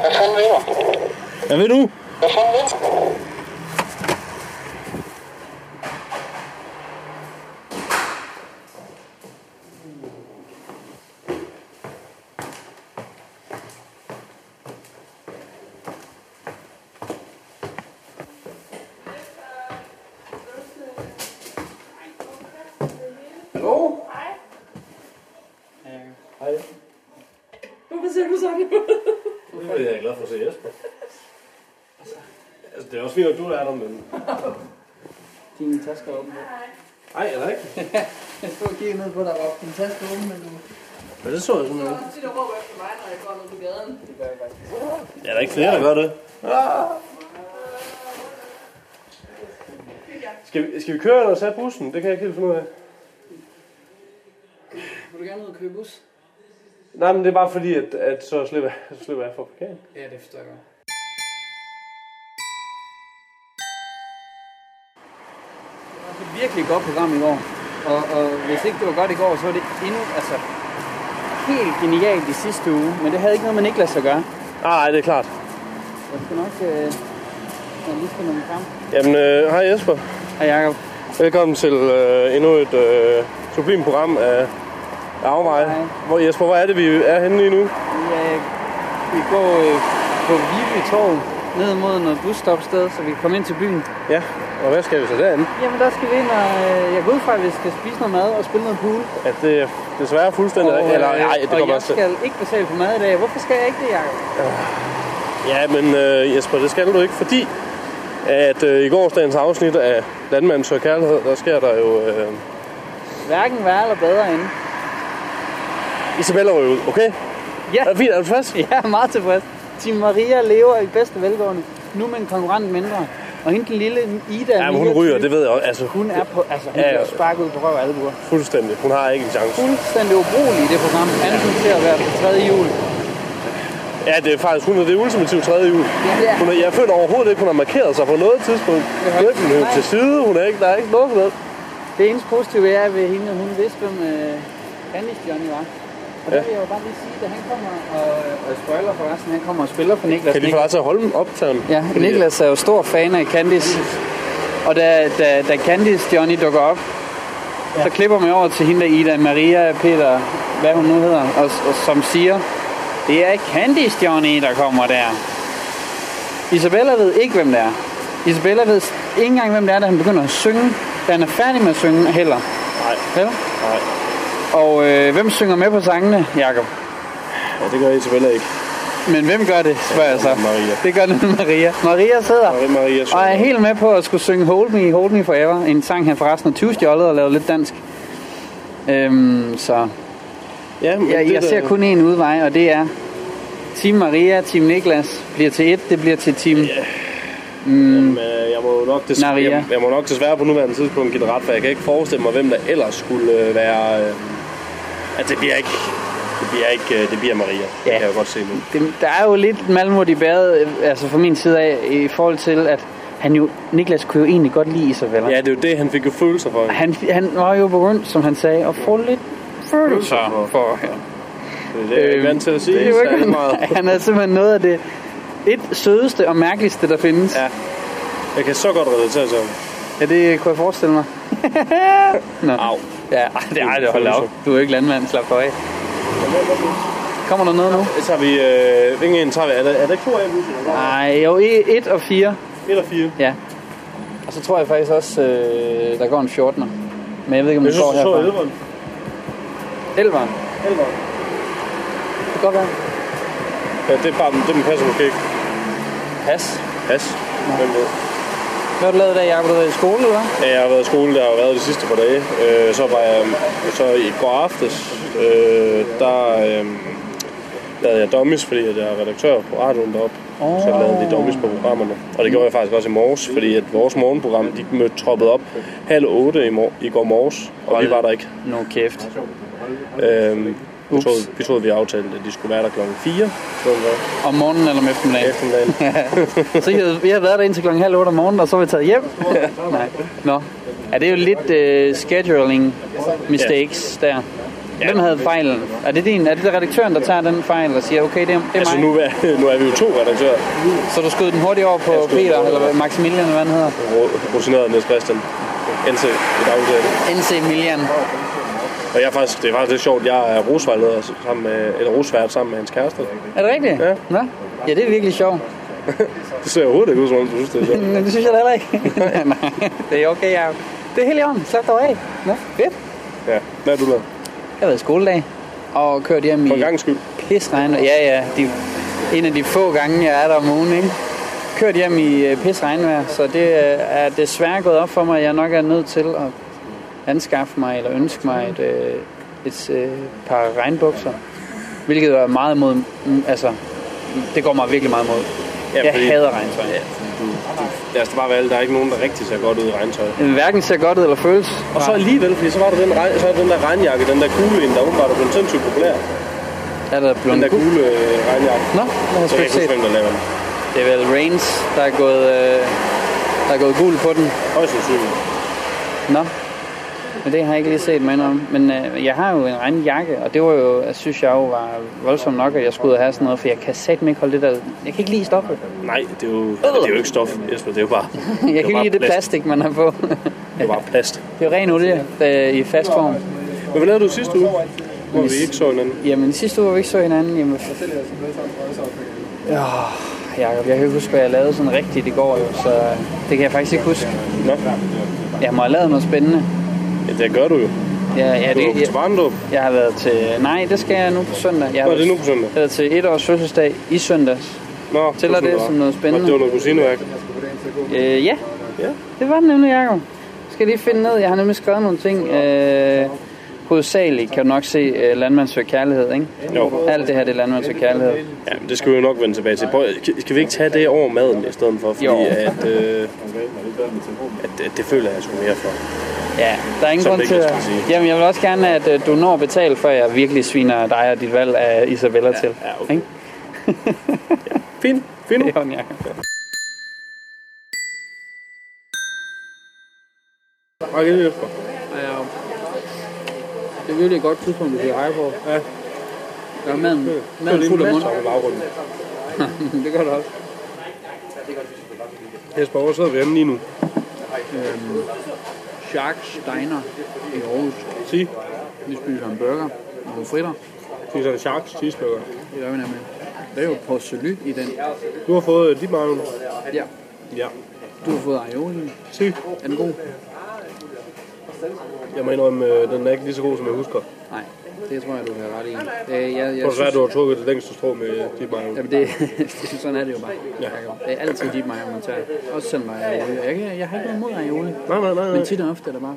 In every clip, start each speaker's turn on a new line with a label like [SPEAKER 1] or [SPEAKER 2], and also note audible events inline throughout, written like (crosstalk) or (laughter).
[SPEAKER 1] Hvad fanden ved du?
[SPEAKER 2] Hvad ved du?
[SPEAKER 1] Hvad fanden ved du?
[SPEAKER 3] Hvorfor ser du sådan ud?
[SPEAKER 4] Det er jeg er glad for at se Jesper. Altså, det er også fint, at du er der, men...
[SPEAKER 5] Din taske er åben.
[SPEAKER 4] Nej, eller ikke?
[SPEAKER 5] Jeg stod og kiggede ned på dig, Rob. Din taske er åben, men øh, du...
[SPEAKER 4] Men det så jeg sådan
[SPEAKER 3] Du
[SPEAKER 4] noget.
[SPEAKER 3] også tit og råber efter mig, når jeg går ned på gaden.
[SPEAKER 5] Det gør jeg faktisk.
[SPEAKER 4] Ja, der er ikke flere, der gør det. Skal vi, skal vi køre eller tage bussen? Det kan jeg ikke helt finde ud af.
[SPEAKER 5] Vil du gerne ud og købe bus?
[SPEAKER 4] Nej, men det er bare fordi, at, at så, slipper, så slipper jeg for parkering.
[SPEAKER 5] Ja, det forstår jeg godt. Det var et virkelig godt program i går. Og, og hvis ikke det var godt i går, så var det endnu, altså, helt genialt i sidste uge. Men det havde ikke noget med Niklas at gøre.
[SPEAKER 4] Ah, Nej, det er klart.
[SPEAKER 5] Jeg skal nok øh, jeg lige spille nogle kamp.
[SPEAKER 4] Jamen, øh, hej Jesper.
[SPEAKER 5] Hej Jacob.
[SPEAKER 4] Velkommen til øh, endnu et øh, sublimt program af af Afveje.
[SPEAKER 5] Hej.
[SPEAKER 4] Hvor, Jesper, hvor er det, vi er henne lige nu?
[SPEAKER 5] Vi, øh, vi går øh, på Viby Torv ned mod noget busstopsted, så vi kan komme ind til byen.
[SPEAKER 4] Ja, og hvad skal vi så derinde?
[SPEAKER 5] Jamen der skal vi ind, og øh, jeg går ud fra, at vi skal spise noget mad og spille noget pool.
[SPEAKER 4] At det er desværre fuldstændig
[SPEAKER 5] og, øh,
[SPEAKER 4] rigtigt. Eller, nej, det
[SPEAKER 5] og
[SPEAKER 4] kommer
[SPEAKER 5] jeg
[SPEAKER 4] også til.
[SPEAKER 5] skal ikke betale for mad i dag. Hvorfor skal jeg ikke det, Jacob?
[SPEAKER 4] Ja, men øh, Jesper, det skal du ikke, fordi at øh, i gårsdagens afsnit af Landmand Søger Kærlighed, der sker der jo øh,
[SPEAKER 5] Hverken værre eller bedre end.
[SPEAKER 4] Isabella røg ud, okay?
[SPEAKER 5] Ja,
[SPEAKER 4] Er det fint? Er du fast?
[SPEAKER 5] (laughs) jeg er meget tilfreds. Team Maria lever i bedste velgående. Nu med en konkurrent mindre. Og hende den lille Ida...
[SPEAKER 4] Ja, men hun
[SPEAKER 5] 29,
[SPEAKER 4] ryger, det ved jeg også. Altså,
[SPEAKER 5] Hun er på... Altså, hun
[SPEAKER 4] Ja, ja.
[SPEAKER 5] bliver sparket ud på røv og albuer.
[SPEAKER 4] fuldstændig. Hun har ikke en chance.
[SPEAKER 5] Fuldstændig ubrugelig i det program. Anden til at være på tredje jul.
[SPEAKER 4] Ja, det er faktisk, hun er det ultimative tredje jul.
[SPEAKER 5] Ja, det er.
[SPEAKER 4] Hun er, jeg føler overhovedet ikke, hun har markeret sig på noget tidspunkt.
[SPEAKER 5] har
[SPEAKER 4] Hun er
[SPEAKER 5] ikke-
[SPEAKER 4] ikke blevet
[SPEAKER 5] nej.
[SPEAKER 4] til side, hun er ikke, der er ikke noget for noget.
[SPEAKER 5] Det eneste positive er ved hende, at hun vidste, hvem øh, Danish Johnny var. Og der
[SPEAKER 4] Ja.
[SPEAKER 5] vil jeg jo bare lige sige, at han kommer og, øh, og spoiler forresten, han kommer og spiller for Niklas.
[SPEAKER 4] Kan de få dig til at holde dem optagen?
[SPEAKER 5] Ja,
[SPEAKER 4] Fordi-
[SPEAKER 5] Niklas er jo stor fan af Candice. Og da, da, da Candice Johnny dukker op, ja. så klipper man over til hende der Ida, Maria, Peter, hvad hun nu hedder, og, og som siger, det er Candice Johnny, der kommer der. Isabella ved ikke, hvem det er. Isabella ved ikke engang, hvem det er, da han begynder at synge. Da han er færdig med at synge, heller.
[SPEAKER 4] Nej,
[SPEAKER 5] Vel?
[SPEAKER 4] nej.
[SPEAKER 5] Og øh, hvem synger med på sangene, Jakob?
[SPEAKER 4] Ja, det gør Isabella ikke.
[SPEAKER 5] Men hvem gør det, spørger jeg så.
[SPEAKER 4] Maria.
[SPEAKER 5] Det gør nemlig Maria. Maria sidder
[SPEAKER 4] Maria, Maria
[SPEAKER 5] Og jeg er
[SPEAKER 4] synger.
[SPEAKER 5] helt med på at skulle synge Hold Me, Hold Me Forever. En sang, han forresten har 20 stjålet og lavet lidt dansk. Øhm, så
[SPEAKER 4] Ja, men
[SPEAKER 5] jeg,
[SPEAKER 4] det
[SPEAKER 5] jeg
[SPEAKER 4] der-
[SPEAKER 5] ser kun én udvej, og det er Team Maria, Team Niklas bliver til et, det bliver til Team...
[SPEAKER 4] Jamen, øh, jeg, må jo nok des-
[SPEAKER 5] Naria.
[SPEAKER 4] jeg, jeg må nok desværre på nuværende tidspunkt give det ret, for jeg kan ikke forestille mig, hvem der ellers skulle øh, være... Øh, altså, det bliver ikke... Det bliver ikke... Øh, det bliver Maria. Det
[SPEAKER 5] Ja.
[SPEAKER 4] kan jeg jo godt se nu.
[SPEAKER 5] Det, der er jo lidt malmurt i bæret, øh, altså fra min side af, i forhold til, at han jo, Niklas kunne jo egentlig godt lide Isabella.
[SPEAKER 4] Ja, det er jo det, han fik jo følelser for.
[SPEAKER 5] Han, han var jo begyndt, som han sagde, at få lidt følelser for hende.
[SPEAKER 4] Det er jeg ikke vant til at sige.
[SPEAKER 5] Øh, det er jo
[SPEAKER 4] særlig
[SPEAKER 5] ikke
[SPEAKER 4] meget.
[SPEAKER 5] (laughs) Han er simpelthen noget af det et sødeste og mærkeligste, der findes.
[SPEAKER 4] Ja. Jeg kan så godt relatere til ham.
[SPEAKER 5] Ja, det kunne jeg forestille mig. Nå.
[SPEAKER 4] Au.
[SPEAKER 5] Ja, ej, det er det. Hold da op. Du er jo ikke landmand. Slap dig af. Kommer der noget nu?
[SPEAKER 4] Så tager vi... Øh, hvilken en tager vi? Er der, er der ikke to af dem?
[SPEAKER 5] Nej, jo, 1 og 4.
[SPEAKER 4] Et og fire.
[SPEAKER 5] Ja. Og så tror jeg faktisk også, øh, der går en 14'er. Men jeg ved ikke, om
[SPEAKER 4] Jeg
[SPEAKER 5] det
[SPEAKER 4] synes,
[SPEAKER 5] går
[SPEAKER 4] du så
[SPEAKER 5] herfra.
[SPEAKER 4] elveren.
[SPEAKER 5] 11'eren. Det kan godt være.
[SPEAKER 4] Ja, det er bare... Det den passer måske ikke.
[SPEAKER 5] Pas.
[SPEAKER 4] Pas. Hvem ved?
[SPEAKER 5] Hvad har du lavet i dag, Jacob? Du har været i skole, eller hvad?
[SPEAKER 4] Ja, Jeg har været i skole, der har været de sidste par dage. Øh, så var jeg, så i går aftes, øh, der øh, lavede jeg dummies, fordi at jeg er redaktør på radioen deroppe. Oh. Så lavede vi dummies på programmerne. Og det gjorde jeg faktisk også i morges, fordi at vores morgenprogram, de mødte troppet op halv otte i, mor- i går morges, og vi var der ikke.
[SPEAKER 5] Nå, kæft.
[SPEAKER 4] Øh, vi,
[SPEAKER 5] Ups.
[SPEAKER 4] troede, vi troede, vi aftalte, at de skulle være der klokken 4
[SPEAKER 5] Om morgenen eller om eftermiddagen?
[SPEAKER 4] eftermiddagen.
[SPEAKER 5] Så vi havde, vi havde været der indtil klokken halv otte om morgenen, og så var vi taget hjem. Nej. Nå. Ja, det er jo lidt øh, scheduling mistakes der. Ja, Hvem havde fejlen? Er det din? Er det redaktøren, der tager den fejl og siger, okay, det er, det
[SPEAKER 4] (laughs)
[SPEAKER 5] er
[SPEAKER 4] Altså
[SPEAKER 5] mig?
[SPEAKER 4] nu er, nu er vi jo to redaktører,
[SPEAKER 5] Så du skød den hurtigt over på
[SPEAKER 4] Jeg skød den
[SPEAKER 5] Peter,
[SPEAKER 4] over.
[SPEAKER 5] eller hvad- Maximilian, eller hvad han hedder?
[SPEAKER 4] Ru- rutineret Niels Christian. NC i dagligdagen.
[SPEAKER 5] NC Millian.
[SPEAKER 4] Og jeg er faktisk, det er faktisk lidt sjovt, jeg er rusvejleder sammen med, eller rusvært sammen med hans kæreste.
[SPEAKER 5] Er det rigtigt?
[SPEAKER 4] Ja.
[SPEAKER 5] Nå? Ja, det er virkelig sjovt.
[SPEAKER 4] Det ser overhovedet ikke ud, som om du synes, det er sjovt.
[SPEAKER 5] Men det synes jeg da heller
[SPEAKER 4] (laughs)
[SPEAKER 5] ikke. Nej, det er okay, ja. Det er helt i orden. Slap dig af. Nå, fedt.
[SPEAKER 4] Ja, hvad er du lavet?
[SPEAKER 5] Jeg har været i skoledag og kørt hjem
[SPEAKER 4] For en
[SPEAKER 5] i
[SPEAKER 4] gang skyld.
[SPEAKER 5] pisregn. Ja, ja. De, en af de få gange, jeg er der om ugen, ikke? Kørt hjem i øh, pisregnvejr, så det øh, er desværre gået op for mig, at jeg nok er nødt til at anskaffe mig eller ønske mig et, øh, et øh, par regnbukser. Hvilket er meget mod... mm, Altså, det går mig virkelig meget mod.
[SPEAKER 4] Ja,
[SPEAKER 5] Jeg
[SPEAKER 4] fordi-
[SPEAKER 5] hader regntøj.
[SPEAKER 4] Ja, du, du, lad os da bare valge, der er ikke nogen, der rigtig ser godt ud i regntøj.
[SPEAKER 5] Hverken ser godt ud eller føles.
[SPEAKER 4] Og så alligevel, fordi så var der den, regn, så er den der regnjakke, den der kugle en, der åbenbart er blevet sindssygt populær.
[SPEAKER 5] er der
[SPEAKER 4] Den
[SPEAKER 5] blevet
[SPEAKER 4] der gule øh, regnjakke.
[SPEAKER 5] Nå, det har
[SPEAKER 4] Så
[SPEAKER 5] jeg sgu
[SPEAKER 4] jeg
[SPEAKER 5] ikke
[SPEAKER 4] ikke huske,
[SPEAKER 5] set.
[SPEAKER 4] hvem der laver den.
[SPEAKER 5] Det er vel Reigns, der er gået, øh, der er gået gul på den.
[SPEAKER 4] Højst sandsynligt.
[SPEAKER 5] Nå, men det har jeg ikke lige set mig om. Men øh, jeg har jo en ren jakke, og det var jo, jeg synes jeg jo var voldsomt nok, at jeg skulle ud og have sådan noget, for jeg kan satme ikke holde det der. Jeg kan ikke lige stoppe.
[SPEAKER 4] Nej, det er, jo, det er jo ikke stof, Jesper. Det er jo (laughs) bare,
[SPEAKER 5] Jeg kan
[SPEAKER 4] jo
[SPEAKER 5] ikke
[SPEAKER 4] bare
[SPEAKER 5] lide det plastik, man har på. (laughs)
[SPEAKER 4] det er bare plast.
[SPEAKER 5] det er jo ren olie øh, i fast form.
[SPEAKER 4] Men hvad lavede du sidste uge, hvor vi ikke så hinanden?
[SPEAKER 5] Jamen sidste uge, hvor vi ikke så hinanden, jamen... f- Åh, Jacob, jeg kan ikke huske, hvad jeg lavede sådan rigtigt i går, jo, så øh, det kan jeg faktisk ikke huske.
[SPEAKER 4] Nå,
[SPEAKER 5] Jeg må have lavet noget spændende.
[SPEAKER 4] ja, det gør du jo.
[SPEAKER 5] Ja, ja,
[SPEAKER 4] Du er
[SPEAKER 5] det,
[SPEAKER 4] jo til
[SPEAKER 5] jeg,
[SPEAKER 4] Barndrup.
[SPEAKER 5] jeg har været til... Nej, det skal jeg nu på søndag. Jeg har
[SPEAKER 4] Nå, det
[SPEAKER 5] været,
[SPEAKER 4] er nu på søndag.
[SPEAKER 5] jeg har været til et års fødselsdag i søndags.
[SPEAKER 4] Nå,
[SPEAKER 5] Tæller
[SPEAKER 4] var
[SPEAKER 5] det som noget spændende?
[SPEAKER 4] Nå, Det var noget kusineværk.
[SPEAKER 5] Øh, ja,
[SPEAKER 4] Ja.
[SPEAKER 5] det var den nemlig, Jacob. Skal jeg lige finde ned? Jeg har nemlig skrevet nogle ting. Øh, hovedsageligt kan du nok se uh, Landmands for Kærlighed, ikke?
[SPEAKER 4] Jo.
[SPEAKER 5] Alt det her, det er Landmands for Kærlighed.
[SPEAKER 4] Ja, men det skal vi jo nok vende tilbage til. Prøv, kan- skal vi ikke tage det over maden i stedet for? Fordi
[SPEAKER 5] Jo.
[SPEAKER 4] at, øh, at, at, det føler jeg sgu mere for.
[SPEAKER 5] Ja, der er ingen
[SPEAKER 4] Som
[SPEAKER 5] grund
[SPEAKER 4] det
[SPEAKER 5] til
[SPEAKER 4] ikke
[SPEAKER 5] at...
[SPEAKER 4] skulle sige.
[SPEAKER 5] Jamen, jeg vil også gerne, at øh, du når at betale, før jeg virkelig sviner dig og dit valg af Isabella til.
[SPEAKER 4] ja, okay.
[SPEAKER 5] Ikke?
[SPEAKER 4] Fint, fint.
[SPEAKER 5] Det er hun, Jacob.
[SPEAKER 4] Hvad kan det hjælpe for?
[SPEAKER 5] Ja. Det er virkelig et godt tidspunkt, du siger hej på.
[SPEAKER 4] Ja.
[SPEAKER 5] Der er maden,
[SPEAKER 4] Det er
[SPEAKER 5] maden
[SPEAKER 4] lige
[SPEAKER 5] fuld af
[SPEAKER 4] masser
[SPEAKER 5] mund.
[SPEAKER 4] i baggrunden.
[SPEAKER 5] (laughs) det gør det også.
[SPEAKER 4] Jesper, hvor sidder vi henne lige nu?
[SPEAKER 5] Jacques Steiner i Aarhus.
[SPEAKER 4] Sige.
[SPEAKER 5] Vi spiser en burger og fritter.
[SPEAKER 4] Det er sådan en sharks cheeseburger.
[SPEAKER 5] Det gør vi nemlig. Der er jo porcely i den.
[SPEAKER 4] Du har fået øh, dit marven.
[SPEAKER 5] Ja.
[SPEAKER 4] Ja.
[SPEAKER 5] Du har fået aioli.
[SPEAKER 4] Sige.
[SPEAKER 5] Er den god?
[SPEAKER 4] Jeg må indrømme, øh, den er ikke lige så god, som jeg husker.
[SPEAKER 5] Nej, det tror jeg, du har ret i. Øh, jeg,
[SPEAKER 4] Hvor
[SPEAKER 5] jeg
[SPEAKER 4] svært,
[SPEAKER 5] synes,
[SPEAKER 4] du har trukket det længste strå med øh, dit marven.
[SPEAKER 5] jamen det, (laughs) sådan er det jo bare. Jakob. Det er altid dit mig, man tager. Også selvom der er aioli. Jeg, kan- jeg har ikke noget mod aioli.
[SPEAKER 4] Nej, nej, nej. nej.
[SPEAKER 5] Men tit og ofte er der bare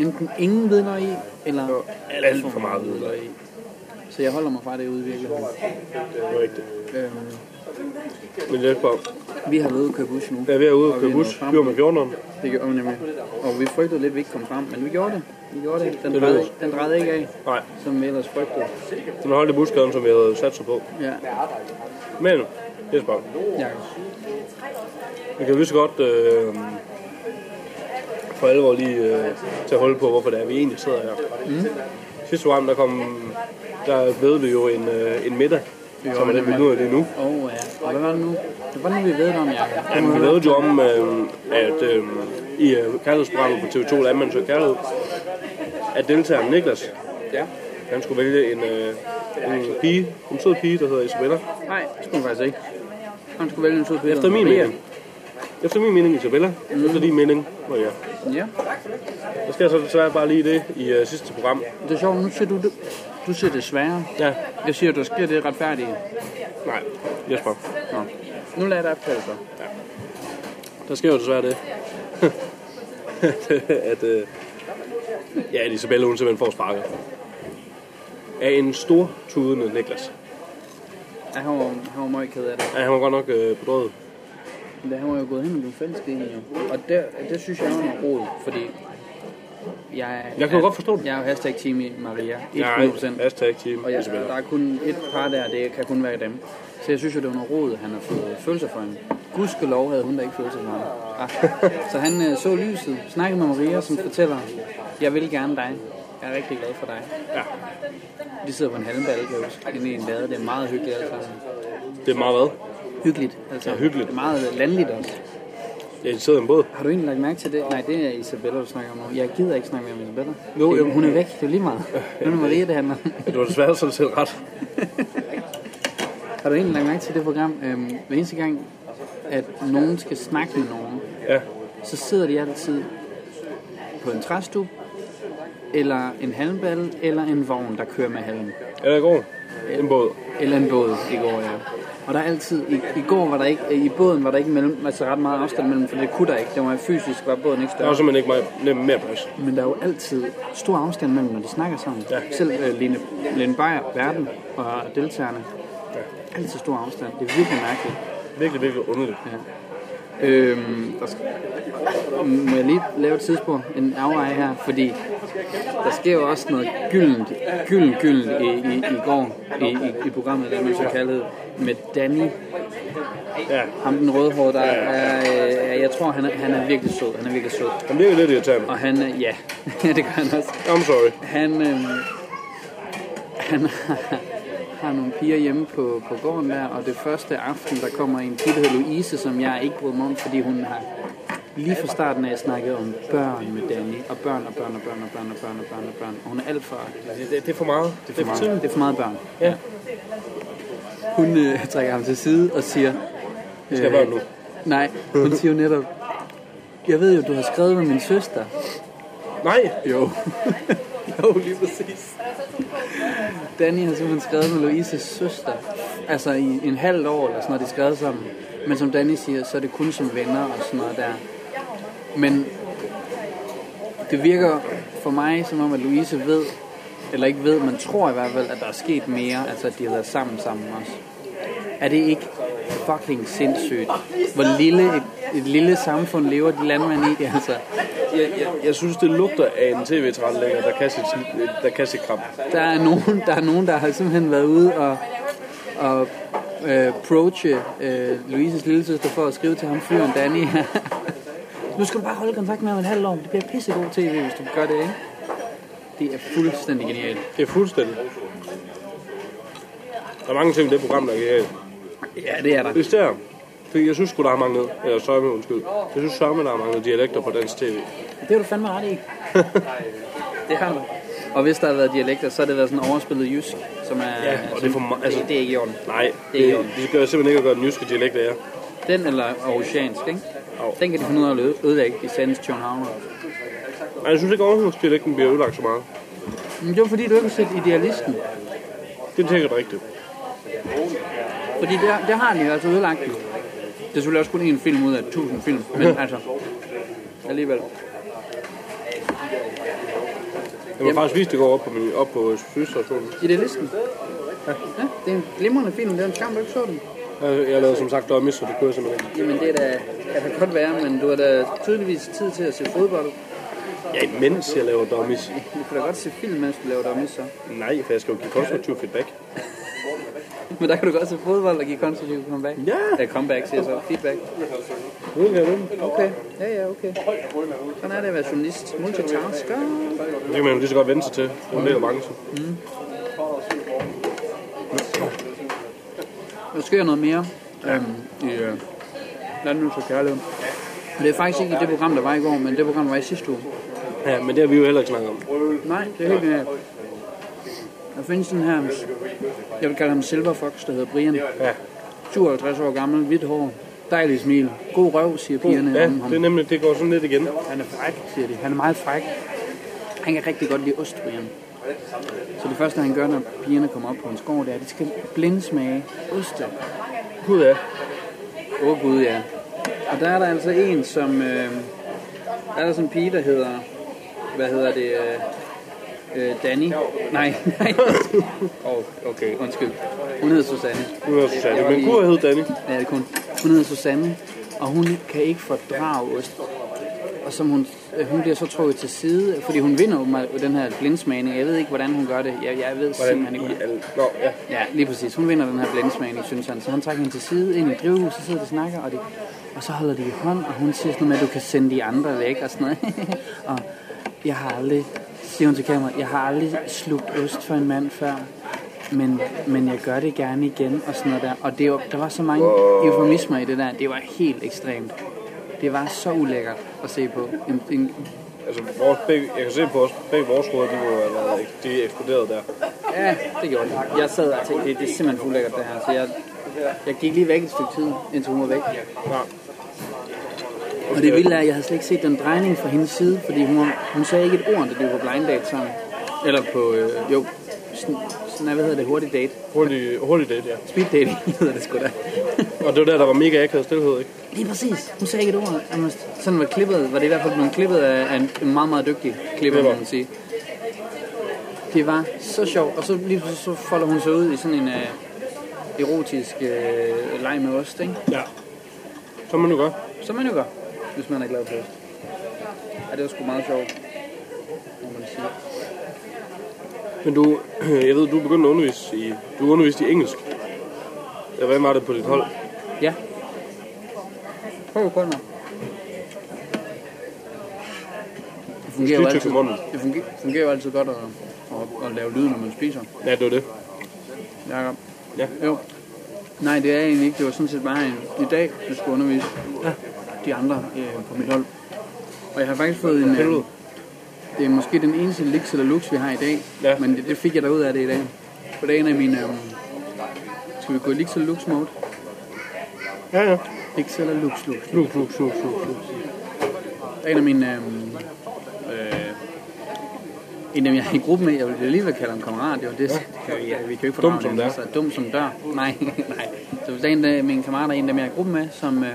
[SPEAKER 5] øh, enten ingen vidner i, eller
[SPEAKER 4] Alt, alt for meget videre.
[SPEAKER 5] i. Så jeg holder mig fra det ude i virkeligheden.
[SPEAKER 4] Det er jo ikke det.
[SPEAKER 5] Øhm,
[SPEAKER 4] Men Jesper,
[SPEAKER 5] vi har været ude at køre bus nu.
[SPEAKER 4] jeg er ved at ude og
[SPEAKER 5] Og
[SPEAKER 4] køre
[SPEAKER 5] vi er
[SPEAKER 4] bus.
[SPEAKER 5] nået frem.
[SPEAKER 4] Fyr med 14'eren.
[SPEAKER 5] Det gjorde vi nemlig. Og vi frygtede lidt, at vi ikke kom frem, men vi gjorde det. Vi gjorde det. Den,
[SPEAKER 4] Det
[SPEAKER 5] drejede,
[SPEAKER 4] lykkedes.
[SPEAKER 5] den drejede ikke af,
[SPEAKER 4] Nej,
[SPEAKER 5] som vi ellers frygtede.
[SPEAKER 4] den holdt i buskaden, som jeg havde sat sig på.
[SPEAKER 5] Ja,
[SPEAKER 4] Men, Jesper,
[SPEAKER 5] Jacob.
[SPEAKER 4] vi kan jo lige så godt øh, for alvor lige øh, tage hul på, hvorfor det er, vi egentlig sidder her. Mm. Sidste program, der kom, der ved vi jo en, øh, en middag, jo, som er det, vi nyder lige nu.
[SPEAKER 5] Åh oh, ja. Og hvad var det nu? Det var nu, vi ved om, Jacob.
[SPEAKER 4] Jamen, vi ved jo om, øh, at øh, i øh, kærlighedsprogrammet på TV2 Landmand Søger Kærlighed, at deltageren Niklas,
[SPEAKER 5] Ja.
[SPEAKER 4] han skulle vælge en, øh, en pige, en sød pige, der hedder Isabella.
[SPEAKER 5] Nej, det skulle han faktisk ikke. Han skulle vælge en sød billede.
[SPEAKER 4] Efter min mening. Efter min mening Isabella, mm. efter din mening Maria.
[SPEAKER 5] Ja.
[SPEAKER 4] Der sker så desværre bare lige det i øh, sidste program.
[SPEAKER 5] Det er sjovt, nu siger du det. Du siger det svære.
[SPEAKER 4] Ja,
[SPEAKER 5] Jeg siger, du sker det retfærdige.
[SPEAKER 4] nej, Jesper.
[SPEAKER 5] Nå. Nu lader jeg dig opkalde så.
[SPEAKER 4] Der sker jo desværre det, (laughs) at, øh, ja, at Isabella hun simpelthen får sparket. Af en stor tudende Niklas.
[SPEAKER 5] Ja, han var, han var meget ked af det.
[SPEAKER 4] Ja, han var godt nok øh, bedrøvet.
[SPEAKER 5] Men han var jo gået hen og blevet forelsket i hende. jo. Og der, det synes jeg er noget rod, fordi... Jeg,
[SPEAKER 4] Jeg kan jo godt forstå det.
[SPEAKER 5] Jeg er jo hashtag team i Maria, 100%.
[SPEAKER 4] Nej, hashtag team
[SPEAKER 5] Og jeg,
[SPEAKER 4] Isabella.
[SPEAKER 5] der er kun et par der, det kan kun være dem. Så jeg synes jo, det var noget rod, han har fået følelser for hende. Gudskelov havde hun da ikke følelser for ham. Ah. Så han øh, så lyset, snakkede med Maria, som fortæller, jeg vil gerne dig. Jeg er rigtig glad for dig. Ja. Vi sidder på en halmballe, kan jeg huske, inde i en lade. Det er meget hyggeligt alt sammen.
[SPEAKER 4] Det er meget hvad?
[SPEAKER 5] Hyggeligt. Altså,
[SPEAKER 4] Ja, hyggeligt.
[SPEAKER 5] Det er meget landligt også.
[SPEAKER 4] Jeg sidder i en båd.
[SPEAKER 5] Har du egentlig lagt mærke til det? Nej, det er Isabella, du snakker om nu. Jeg gider ikke snakke mere om Isabella.
[SPEAKER 4] Jo,
[SPEAKER 5] det,
[SPEAKER 4] jamen-
[SPEAKER 5] hun er væk. Det er lige meget. Nu er det Maria, det handler om.
[SPEAKER 4] Du har desværre sådan set ret.
[SPEAKER 5] Har du egentlig lagt mærke til det program? Øhm, hver eneste gang, at nogen skal snakke med nogen,
[SPEAKER 4] Ja.
[SPEAKER 5] så sidder de altid på en træstup, eller en halmballe, eller en vogn, der kører med halm.
[SPEAKER 4] Er det god? En båd.
[SPEAKER 5] Eller en båd i går, ja. Og der er altid, i, i går var der ikke, i båden var der ikke mellem, altså ret meget afstand mellem, for det kunne der ikke. Det var fysisk, var båden ikke
[SPEAKER 4] Der er
[SPEAKER 5] større.
[SPEAKER 4] jo simpelthen ikke meget, nem- mere plads.
[SPEAKER 5] Men der er jo altid stor afstand mellem, når de snakker sammen. Ja. Selv øh, Lene, Lene Beyer, verden og deltagerne. Ja. Altid stor afstand. Det er virkelig mærkeligt.
[SPEAKER 4] Virkelig, virkelig underligt.
[SPEAKER 5] Øhm, der skal, må jeg lige lave et tidsspur, en afvej her, fordi der sker jo også noget gyldent, gyldent, gyldent i, i, i går i, i, i programmet, der man så kaldet med Danny.
[SPEAKER 4] Ja.
[SPEAKER 5] Ham den rødhårede, der er, øh, jeg tror, han er, han er virkelig sød. Han er virkelig sød.
[SPEAKER 4] Han virker lidt irriterende.
[SPEAKER 5] Og han er, ja, (laughs) det gør han også.
[SPEAKER 4] I'm sorry.
[SPEAKER 5] Han, øh, han (laughs) har, har nogle piger hjemme på, på gården der, og det første aften, der kommer en pige, der hedder Louise, som jeg ikke bryder mig om, fordi hun har lige fra starten af snakket om børn med Danny, og børn og børn og børn og børn og børn og børn og børn, og hun er alt for...
[SPEAKER 4] Det, det, det er for meget. Det er for
[SPEAKER 5] meget,
[SPEAKER 4] tidligt.
[SPEAKER 5] det er for meget børn.
[SPEAKER 4] Ja.
[SPEAKER 5] Hun øh, trækker ham til side og siger... Øh,
[SPEAKER 4] Skal jeg være nu?
[SPEAKER 5] Nej, hun siger jo netop... Jeg ved jo, du har skrevet med min søster.
[SPEAKER 4] Nej.
[SPEAKER 5] Jo. (laughs) jo, lige præcis. Danny har simpelthen skrevet med Louises søster. Altså i en halv år eller sådan noget, de skrev sammen. Men som Danny siger, så er det kun som venner og sådan noget der. Men det virker for mig som om, at Louise ved, eller ikke ved, man tror i hvert fald, at der er sket mere, altså at de har været sammen sammen også. Er det ikke fucking sindssygt, hvor lille et, et lille samfund lever de landmænd i, altså.
[SPEAKER 4] Jeg, jeg, jeg synes, det lugter af en tv længere, der kan sit, der kan sit kram.
[SPEAKER 5] Der er nogen, der, er nogen, der har simpelthen været ude og, og øh, proche øh, Louises lillesøster for at skrive til ham fyren Danny. (laughs) nu skal du bare holde kontakt med ham et halvt år. Det bliver pissegod tv, hvis du gør det, ikke? Det er fuldstændig genialt.
[SPEAKER 4] Det er fuldstændig. Der er mange ting i det program, der er genialt.
[SPEAKER 5] Ja, det er der.
[SPEAKER 4] Hvis det er, for jeg synes sgu, der har manglet, eller Sørme, undskyld. Jeg synes Sørme, der har manglet dialekter på dansk tv.
[SPEAKER 5] Det har du fandme ret i. det har du. Og hvis der har været dialekter, så har det været sådan overspillet jysk, som er...
[SPEAKER 4] Ja, og det er for meget- altså-
[SPEAKER 5] det, det er ikke i orden.
[SPEAKER 4] Nej,
[SPEAKER 5] Det er jo-
[SPEAKER 4] det, det gør jeg simpelthen ikke at gøre den jyske dialekt af jer.
[SPEAKER 5] Den eller aarhusiansk, ikke?
[SPEAKER 4] Au.
[SPEAKER 5] Den kan de finde ud af at øde- ødelægge i Sands Tjørnhavn.
[SPEAKER 4] Nej, jeg synes ikke, at Aarhus-dialekten bliver ødelagt så meget.
[SPEAKER 5] Men det var fordi, du ikke har set Idealisten.
[SPEAKER 4] Det er sikkert rigtigt.
[SPEAKER 5] Fordi der, der har de jo altså ødelagt den. Det er selvfølgelig også kun én film ud af tusind film, men altså... Alligevel.
[SPEAKER 4] Jeg var faktisk vist i går op på, min, op på sygestationen.
[SPEAKER 5] Idealisten. Ja, det er en glimrende film. Det er en skam, du ikke så den.
[SPEAKER 4] Jeg, jeg lavede som sagt dummies, så det kører simpelthen ikke.
[SPEAKER 5] Jamen, det er da, kan da godt være, men du har da tydeligvis tid til at se fodbold.
[SPEAKER 4] Ja, imens jeg laver dummies.
[SPEAKER 5] Du kan da godt se film, mens du laver dig så.
[SPEAKER 4] Nej, for jeg skal jo give konstruktiv feedback.
[SPEAKER 5] Men der kan du godt se fodbold og give konstruktiv comeback.
[SPEAKER 4] Ja.
[SPEAKER 5] Ja, comeback, siger jeg så. Feedback.
[SPEAKER 4] Nu kan jeg det.
[SPEAKER 5] Okay. Ja, ja, okay. Sådan er det at være journalist. Multitasker.
[SPEAKER 4] Det kan man jo lige så godt vente sig til. Det er en del af branchen.
[SPEAKER 5] Der sker noget mere øhm, i øh, Landmøns og Kærlev. Det er faktisk ikke i det program, der var i går, men det program, der var i sidste uge.
[SPEAKER 4] Ja, men det har vi jo heller ikke snakket om.
[SPEAKER 5] Nej, det er helt genialt. Der findes den her, jeg vil kalde ham Silver Fox, der hedder Brian.
[SPEAKER 4] Ja.
[SPEAKER 5] 57 år gammel, hvidt hår, dejlig smil, god røv, siger pigerne
[SPEAKER 4] Ja,
[SPEAKER 5] om ham.
[SPEAKER 4] det er nemlig, det går sådan lidt igen.
[SPEAKER 5] Han er fræk, siger de. Han er meget fræk. Han kan rigtig godt lide ost, Brian. Så det første, han gør, når pigerne kommer op på hans gård, det er, at de skal blindsmage oste.
[SPEAKER 4] Gud ja.
[SPEAKER 5] Åh oh, gud, ja. Og der er der altså en, som... Øh, der er der sådan en pige, der hedder... Hvad hedder det? Øh, øh, Danny? Nej, (laughs) nej. oh, okay, undskyld. Hun hedder Susanne.
[SPEAKER 4] Nu er Susanne. Men Gud hed Danny.
[SPEAKER 5] Ja, det er kun. Hun hedder Susanne, og hun kan ikke fordrage ost. Og som hun, øh, hun bliver så trukket til side, fordi hun vinder åbenbart den her blindsmagning. Jeg ved ikke, hvordan hun gør det. Jeg, jeg ved simpelthen ikke, hvordan.
[SPEAKER 4] i al... Nå, ja.
[SPEAKER 5] Ja, lige præcis. Hun vinder den her blindsmagning, synes han. Så han trækker hende til side ind i drivhuset, sidder de og snakker, og, det, og så holder de (laughs) i hånd, og hun siger sådan noget med, at du kan sende de andre væk og sådan noget. og jeg har aldrig siger hun til kameraet, jeg har aldrig slugt ost for en mand før, men, men jeg gør det gerne igen, og sådan noget der. Og det var, der var så mange eufemismer i det der, det var helt ekstremt. Det var så ulækkert at se på. En, en,
[SPEAKER 4] Altså, vores begge, jeg kan se på os, begge vores hoveder, de, må have været, de eksploderede der.
[SPEAKER 5] ja, det gjorde det. Jeg sad og tænkte, det, det er simpelthen for ulækkert det her, så jeg, jeg gik lige væk et stykke tid, indtil hun var væk.
[SPEAKER 4] Ja.
[SPEAKER 5] Og det vilde er, at jeg havde slet ikke set den drejning fra hendes side, fordi hun, var- hun sagde ikke et ord, da de var på blind date sammen. Eller på, øh, jo, sådan, sådan, hvad hedder det, hurtig date.
[SPEAKER 4] Hurtig, hurtig date, ja.
[SPEAKER 5] Speed dating (laughs) hedder det sgu da.
[SPEAKER 4] Og det var der, der var mega akavet stillhed, ikke?
[SPEAKER 5] Lige præcis. Hun sagde ikke et ord. Jamen, Sådan var klippet, var det i hvert fald blevet klippet af af en en meget, meget dygtig klipper, må man sige. Det var så sjovt. Og så lige pludselig så folder hun sig ud i sådan en øh, erotisk øh, leg med ost, ikke?
[SPEAKER 4] Ja. Som man nu gør.
[SPEAKER 5] Som man jo gør, hvis man er glad for ost. Ja, det var sgu meget sjovt, må man sige.
[SPEAKER 4] Men du, (clears throat) jeg ved, du begyndte at undervise i, du underviste i engelsk. Ja, Hvem var det på dit hold?
[SPEAKER 5] Ja. Prøv kun mig. Det fungerer, jo
[SPEAKER 4] Stykke
[SPEAKER 5] altid,
[SPEAKER 4] til munden.
[SPEAKER 5] det fungerer, fungerer jo altid godt at, at, at lave lyd, når man spiser.
[SPEAKER 4] Ja, det var det.
[SPEAKER 5] Jakob.
[SPEAKER 4] Ja.
[SPEAKER 5] Jo. Nej, det er egentlig ikke. Det var sådan set bare en, i dag, jeg skulle undervise ja. de andre øh, på mit hold. Og jeg har faktisk fået en... Øh, det er måske den eneste Lix eller Lux, vi har i dag.
[SPEAKER 4] Ja.
[SPEAKER 5] Men det, det fik jeg derud af det i dag. På dagen af min... Øh, skal vi gå i Lix eller Lux mode?
[SPEAKER 4] Ja, ja.
[SPEAKER 5] Lix eller Lux Lux?
[SPEAKER 4] Lux, lux, lux, lux, lux.
[SPEAKER 5] En af mine... Øh, øh, en af mine i gruppe med, jeg vil alligevel kalde ham kammerat, jo, det ja. vi, ja, vi kan jo ikke fordrage
[SPEAKER 4] Dum som
[SPEAKER 5] hinanden,
[SPEAKER 4] dør.
[SPEAKER 5] så dum som dør. Nej, (laughs) nej. Så hvis der er en af mine kammerater, en af dem, jeg er i gruppe med, som øh,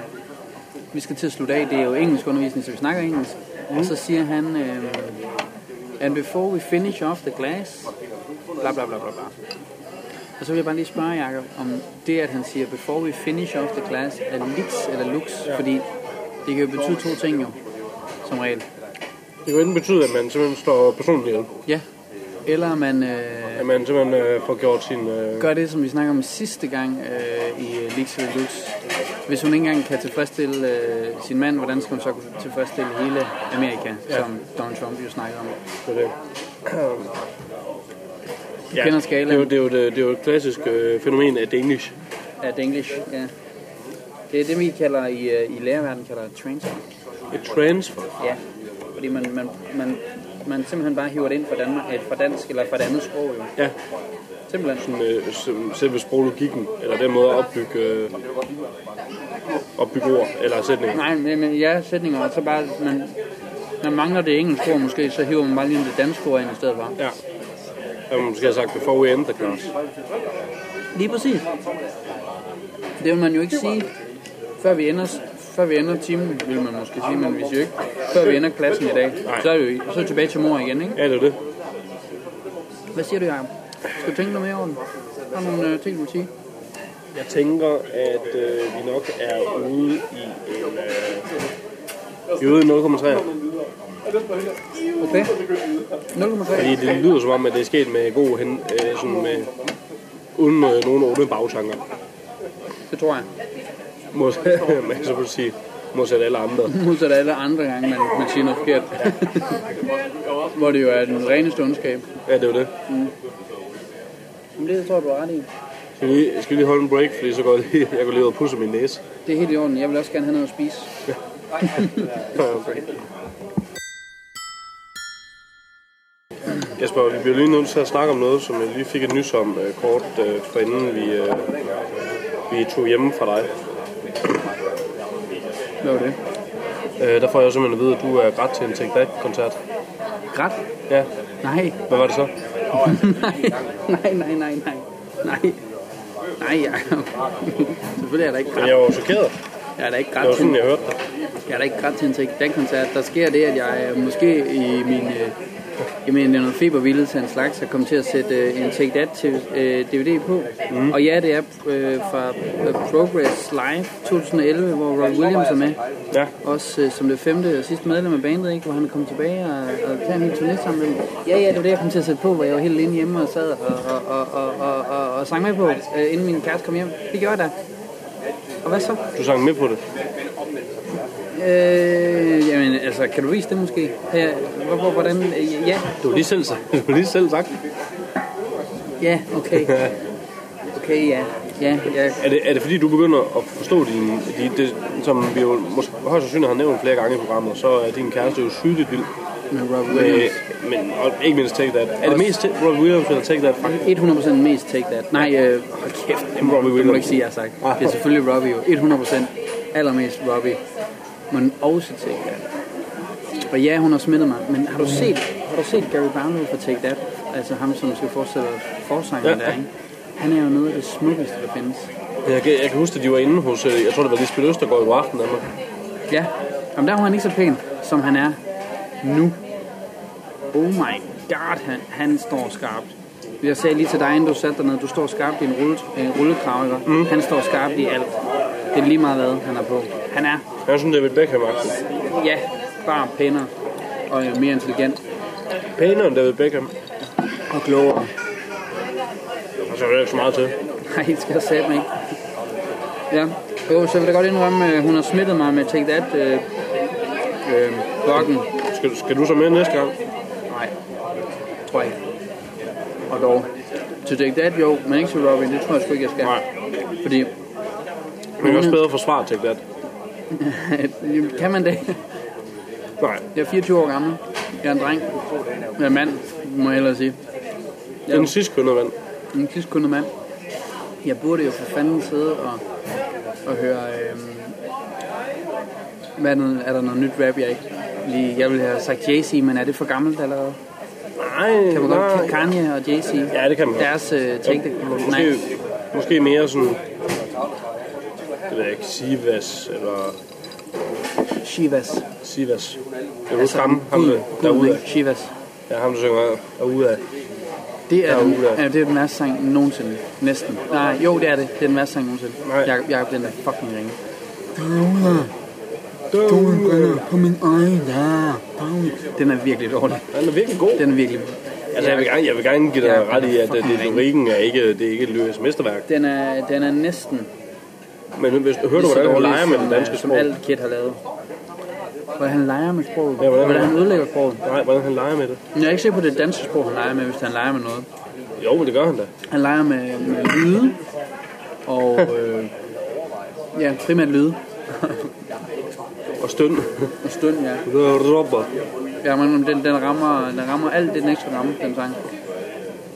[SPEAKER 5] vi skal til at slutte af, det er jo engelsk undervisning, så vi snakker engelsk. Mm. Og så siger han, øh, and before we finish off the glass, bla bla bla bla bla. Og så vil jeg bare lige spørge Jacob, om det, at han siger, before we finish off the class, er lix eller lux, ja. fordi det kan jo betyde to ting jo, som regel.
[SPEAKER 4] Det kan jo enten betyde, at man simpelthen står personligt ihjel.
[SPEAKER 5] Ja, eller man øh,
[SPEAKER 4] At man simpelthen øh, får gjort sin... Øh,
[SPEAKER 5] gør det, som vi snakker om sidste gang øh, i øh, Lix eller Lux. Hvis hun ikke engang kan tilfredsstille øh, sin mand, hvordan skal hun så kunne tilfredsstille hele Amerika, ja. som Donald Trump jo snakkede om?
[SPEAKER 4] det. det. Ja,
[SPEAKER 5] kender
[SPEAKER 4] det er,
[SPEAKER 5] skalaen.
[SPEAKER 4] jo, det, er jo, det, det er jo et klassisk øh, fænomen af Danish.
[SPEAKER 5] At engelsk, ja. Det er det, vi kalder i, øh, i lærerverdenen kalder transfer.
[SPEAKER 4] Et transfer.
[SPEAKER 5] Ja, fordi man, man, man, man simpelthen bare hiver det ind fra, Danmark, øh, fra dansk eller fra et andet sprog jo.
[SPEAKER 4] Ja,
[SPEAKER 5] Simpelthen.
[SPEAKER 4] sådan, øh, som- selve sproglogikken, eller den måde at opbygge, øh, opbygge ord eller sætninger.
[SPEAKER 5] Nej, men, men ja, sætninger, og så bare, man, man mangler det engelske ord måske, så hiver man bare lige det danske ord ind i stedet for.
[SPEAKER 4] Ja. Jeg må måske have sagt, before we end the class.
[SPEAKER 5] Lige præcis. Det vil man jo ikke sige, før vi ender, før vi ender timen, vil man måske sige, men hvis jo ikke, før vi ender klassen i dag,
[SPEAKER 4] Nej.
[SPEAKER 5] så er, vi, så er vi tilbage til mor igen, ikke?
[SPEAKER 4] Ja, det er det.
[SPEAKER 5] Hvad siger du, Jacob? Skal du tænke noget mere over den? Har du nogle øh, ting, du vil sige?
[SPEAKER 4] Jeg tænker, at øh, vi nok er ude i en... Øh, vi er ude i 0,3.
[SPEAKER 5] Okay. 0,3.
[SPEAKER 4] Fordi det lyder som om, at det er sket med god hen, øh, sådan med, uden øh, nogen onde bagtanker.
[SPEAKER 5] Det tror jeg.
[SPEAKER 4] Mod, (laughs) man så vil sige, modsat alle andre.
[SPEAKER 5] Modsat alle andre gange, man, man siger noget forkert. (laughs) Hvor det jo er den reneste ondskab.
[SPEAKER 4] Ja, det er jo det.
[SPEAKER 5] Men det tror jeg, du har ret i.
[SPEAKER 4] Skal vi, lige- skal vi lige holde en break, fordi så går jeg lige, jeg går lige ud og pudser min næse.
[SPEAKER 5] Det er helt i orden. Jeg vil også gerne have noget at spise.
[SPEAKER 4] Okay. Jesper, vi bliver lige nødt til at snakke om noget, som jeg lige fik et nys om øh, kort øh, for inden vi, øh, vi tog hjemme fra dig.
[SPEAKER 5] Hvad var det?
[SPEAKER 4] Øh, der får jeg simpelthen at vide, at du er grædt til en Take That-koncert.
[SPEAKER 5] Græt?
[SPEAKER 4] Ja,
[SPEAKER 5] Nej.
[SPEAKER 4] hvad var det så?
[SPEAKER 5] (laughs) nej, nej, nej, nej. Nej. Nej, ja. (laughs) Selvfølgelig er der ikke
[SPEAKER 4] Men
[SPEAKER 5] grædt.
[SPEAKER 4] jeg var jo chokeret.
[SPEAKER 5] Jeg er der ikke
[SPEAKER 4] Det var
[SPEAKER 5] grædt til,
[SPEAKER 4] sådan, jeg hørte dig.
[SPEAKER 5] jeg er da ikke grædt til en Take That-koncert. Der sker det, at jeg øh, måske i min... Øh, jeg mener, det er noget febervilde til en slags, jeg kom til at sætte øh, en Take That til øh, DVD på. Mm. Og ja, det er øh, fra øh, Progress Live 2011, hvor Rob Williams er med.
[SPEAKER 4] Ja,
[SPEAKER 5] Også øh, som det femte og sidste medlem af bandet, ikke? hvor han kom tilbage og, og tager en hel turné sammen med dem. Ja, ja, det var det, jeg kom til at sætte på, hvor jeg var helt inde hjemme og sad og, og, og, og, og, og, og sang med på, øh, inden min kæreste kom hjem. Det gjorde jeg da. Og hvad så?
[SPEAKER 4] du sang med på det.
[SPEAKER 5] Øh, jamen, altså, kan du vise det måske? Ja, hvor, hvor, hvordan? øh, Ja,
[SPEAKER 4] Du har lige selv, (laughs) du har lige selv sagt det.
[SPEAKER 5] ja, (laughs) okay. Okay, ja. Ja, ja.
[SPEAKER 4] Er det, er det fordi, du begynder at forstå din, de, det, som vi jo måske, højst sandsynligt har nævnt flere gange i programmet, så er din kæreste jo sygeligt vild.
[SPEAKER 5] Med Rob
[SPEAKER 4] Med,
[SPEAKER 5] Williams.
[SPEAKER 4] men, og ikke mindst Take That. Er det mest Take- Robbie Williams eller Take That? Fuck,
[SPEAKER 5] 100% mest take that. Nej, øh, hold kæft.
[SPEAKER 4] det er Robbie
[SPEAKER 5] Det må du
[SPEAKER 4] Williams.
[SPEAKER 5] ikke sige, jeg har sagt. Det er selvfølgelig Robbie jo. 100% allermest Robbie. Men også Take That. Og ja, hun har smittet mig. Men har du set, har du set Gary Barlow fra Take That? Altså ham, som skal forestille forsangeren
[SPEAKER 4] Ja.
[SPEAKER 5] ja. der, ikke? Han er jo noget af det smukkeste, der findes.
[SPEAKER 4] Jeg kan, jeg kan huske, at de var inde hos, øh, jeg tror det var Lisbeth Østergaard i går aften. Danmark.
[SPEAKER 5] Ja. Jamen der var han ikke så pæn, som han er nu. Oh my god, han, han står skarpt. Jeg sagde lige til dig, inden du satte dig ned, du står skarpt i en rulle, øh, rullekrav, ikke? Mm. Han står skarpt i alt. Det er lige meget, hvad han er på. Han er,
[SPEAKER 4] Jeg synes, David Beckham er
[SPEAKER 5] ja, bare pænere og øh, mere intelligent
[SPEAKER 4] Pænere end David Beckham.
[SPEAKER 5] og klogere. (laughs)
[SPEAKER 4] Altså, det er ikke så meget til.
[SPEAKER 5] Nej, det skal jeg sætte mig ikke. Ja, jo, så vil jeg godt indrømme, øh, hun har smittet mig med Take That, øh, øh, blokken.
[SPEAKER 4] Skal, skal du så med næste gang?
[SPEAKER 5] Nej, tror jeg ikke. Og dog, til Take That jo, men ikke til Robin, det tror jeg sgu ikke, jeg skal.
[SPEAKER 4] Nej.
[SPEAKER 5] Fordi, (laughs)
[SPEAKER 4] Men det er også bedre forsvar, Take That.
[SPEAKER 5] kan man det?
[SPEAKER 4] Nej.
[SPEAKER 5] Jeg er 24 år gammel, jeg er en dreng, jeg er en mand, må jeg hellere sige.
[SPEAKER 4] Det er den sidste kønnervand.
[SPEAKER 5] En kiskundet mand. Jeg burde jo for fanden sidde og, og høre... Øhm, hvad er, noget, er der noget nyt rap, jeg ikke lige... Jeg ville have sagt Jay-Z, men er det for gammelt allerede?
[SPEAKER 4] Nej,
[SPEAKER 5] Kan man godt kende Kanye og Jay-Z?
[SPEAKER 4] Ja, det kan man godt.
[SPEAKER 5] Deres øh, take det.
[SPEAKER 4] Måske,
[SPEAKER 5] Nej.
[SPEAKER 4] måske mere sådan... Det ved jeg ikke, Sivas, eller
[SPEAKER 5] Shivas.
[SPEAKER 4] Sivas. Jeg husker ham, ham
[SPEAKER 5] Altså, Gud,
[SPEAKER 4] der-
[SPEAKER 5] Gud,
[SPEAKER 4] derude.
[SPEAKER 5] ikke? Shivas.
[SPEAKER 4] Ja, ham der synger derude af.
[SPEAKER 5] Det er, den,
[SPEAKER 4] Derude.
[SPEAKER 5] ja, det er den værste sang nogensinde. Næsten. Nej, jo, det er det. Det er den værste sang nogensinde.
[SPEAKER 4] Nej.
[SPEAKER 5] Jakob, Jakob, den er fucking ringe.
[SPEAKER 4] Derude.
[SPEAKER 5] på min øjne. Den er virkelig dårlig.
[SPEAKER 4] Han er virkelig god.
[SPEAKER 5] Den er virkelig...
[SPEAKER 4] Altså, jeg vil gerne, jeg vil gerne give dig
[SPEAKER 5] Ja,
[SPEAKER 4] ret i, at øh,
[SPEAKER 5] fucking
[SPEAKER 4] det,
[SPEAKER 5] ring.
[SPEAKER 4] lyrikken er ikke, det er ikke et lyrisk mesterværk.
[SPEAKER 5] Den er, den er næsten
[SPEAKER 4] Men hvis, hører du,
[SPEAKER 5] lige så
[SPEAKER 4] hvordan han
[SPEAKER 5] dårlig,
[SPEAKER 4] leger med
[SPEAKER 5] som,
[SPEAKER 4] det
[SPEAKER 5] øh,
[SPEAKER 4] danske
[SPEAKER 5] som
[SPEAKER 4] sprog?
[SPEAKER 5] alt Kit har lavet. Hvordan han leger med sproget.
[SPEAKER 4] Ja, hvordan-
[SPEAKER 5] hvordan han ødelægger sproget.
[SPEAKER 4] Nej, hvordan han leger med det.
[SPEAKER 5] Men Jeg er ikke sikker på, at det er dansk sprog, han leger med, hvis han leger med noget.
[SPEAKER 4] Jo, men det gør han da.
[SPEAKER 5] Han leger med, med lyde.
[SPEAKER 4] (laughs)
[SPEAKER 5] Og øh, ja, primært lyde.
[SPEAKER 4] Og støn.
[SPEAKER 5] Og støn, ja.
[SPEAKER 4] Robber.
[SPEAKER 5] ja men den, den, rammer, den rammer alt det, den ikke skal ramme, den sang.
[SPEAKER 4] Det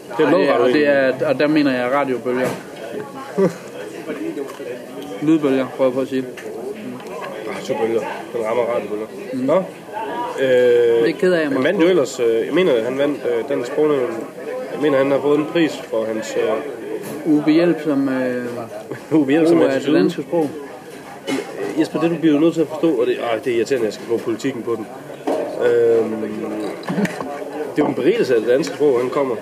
[SPEAKER 4] er
[SPEAKER 5] Og det,
[SPEAKER 4] noget,
[SPEAKER 5] er, og,
[SPEAKER 4] det,
[SPEAKER 5] det er, og der mener jeg
[SPEAKER 4] (laughs)
[SPEAKER 5] radiobølger. Lydbølger, prøver jeg på at sige.
[SPEAKER 4] Radiobølger. Den rammer radiobølger. Mm. Nå. Øh,
[SPEAKER 5] Det er ked af, jeg må-
[SPEAKER 4] Han vandt jo ellers, øh, jeg mener, han vandt øh, Dansk Sprognævn. Jeg mener, han har fået en pris for hans øh,
[SPEAKER 5] Ubehjælpsom øh, brug
[SPEAKER 4] ubehjælpsomme
[SPEAKER 5] af det
[SPEAKER 4] attitude.
[SPEAKER 5] danske sprog.
[SPEAKER 4] Jesper, det du bliver nødt til at forstå, og det, øh, det er irriterende, at jeg skal gå politikken på den. Øhm, det er jo en berigelse af det danske sprog, han kommer.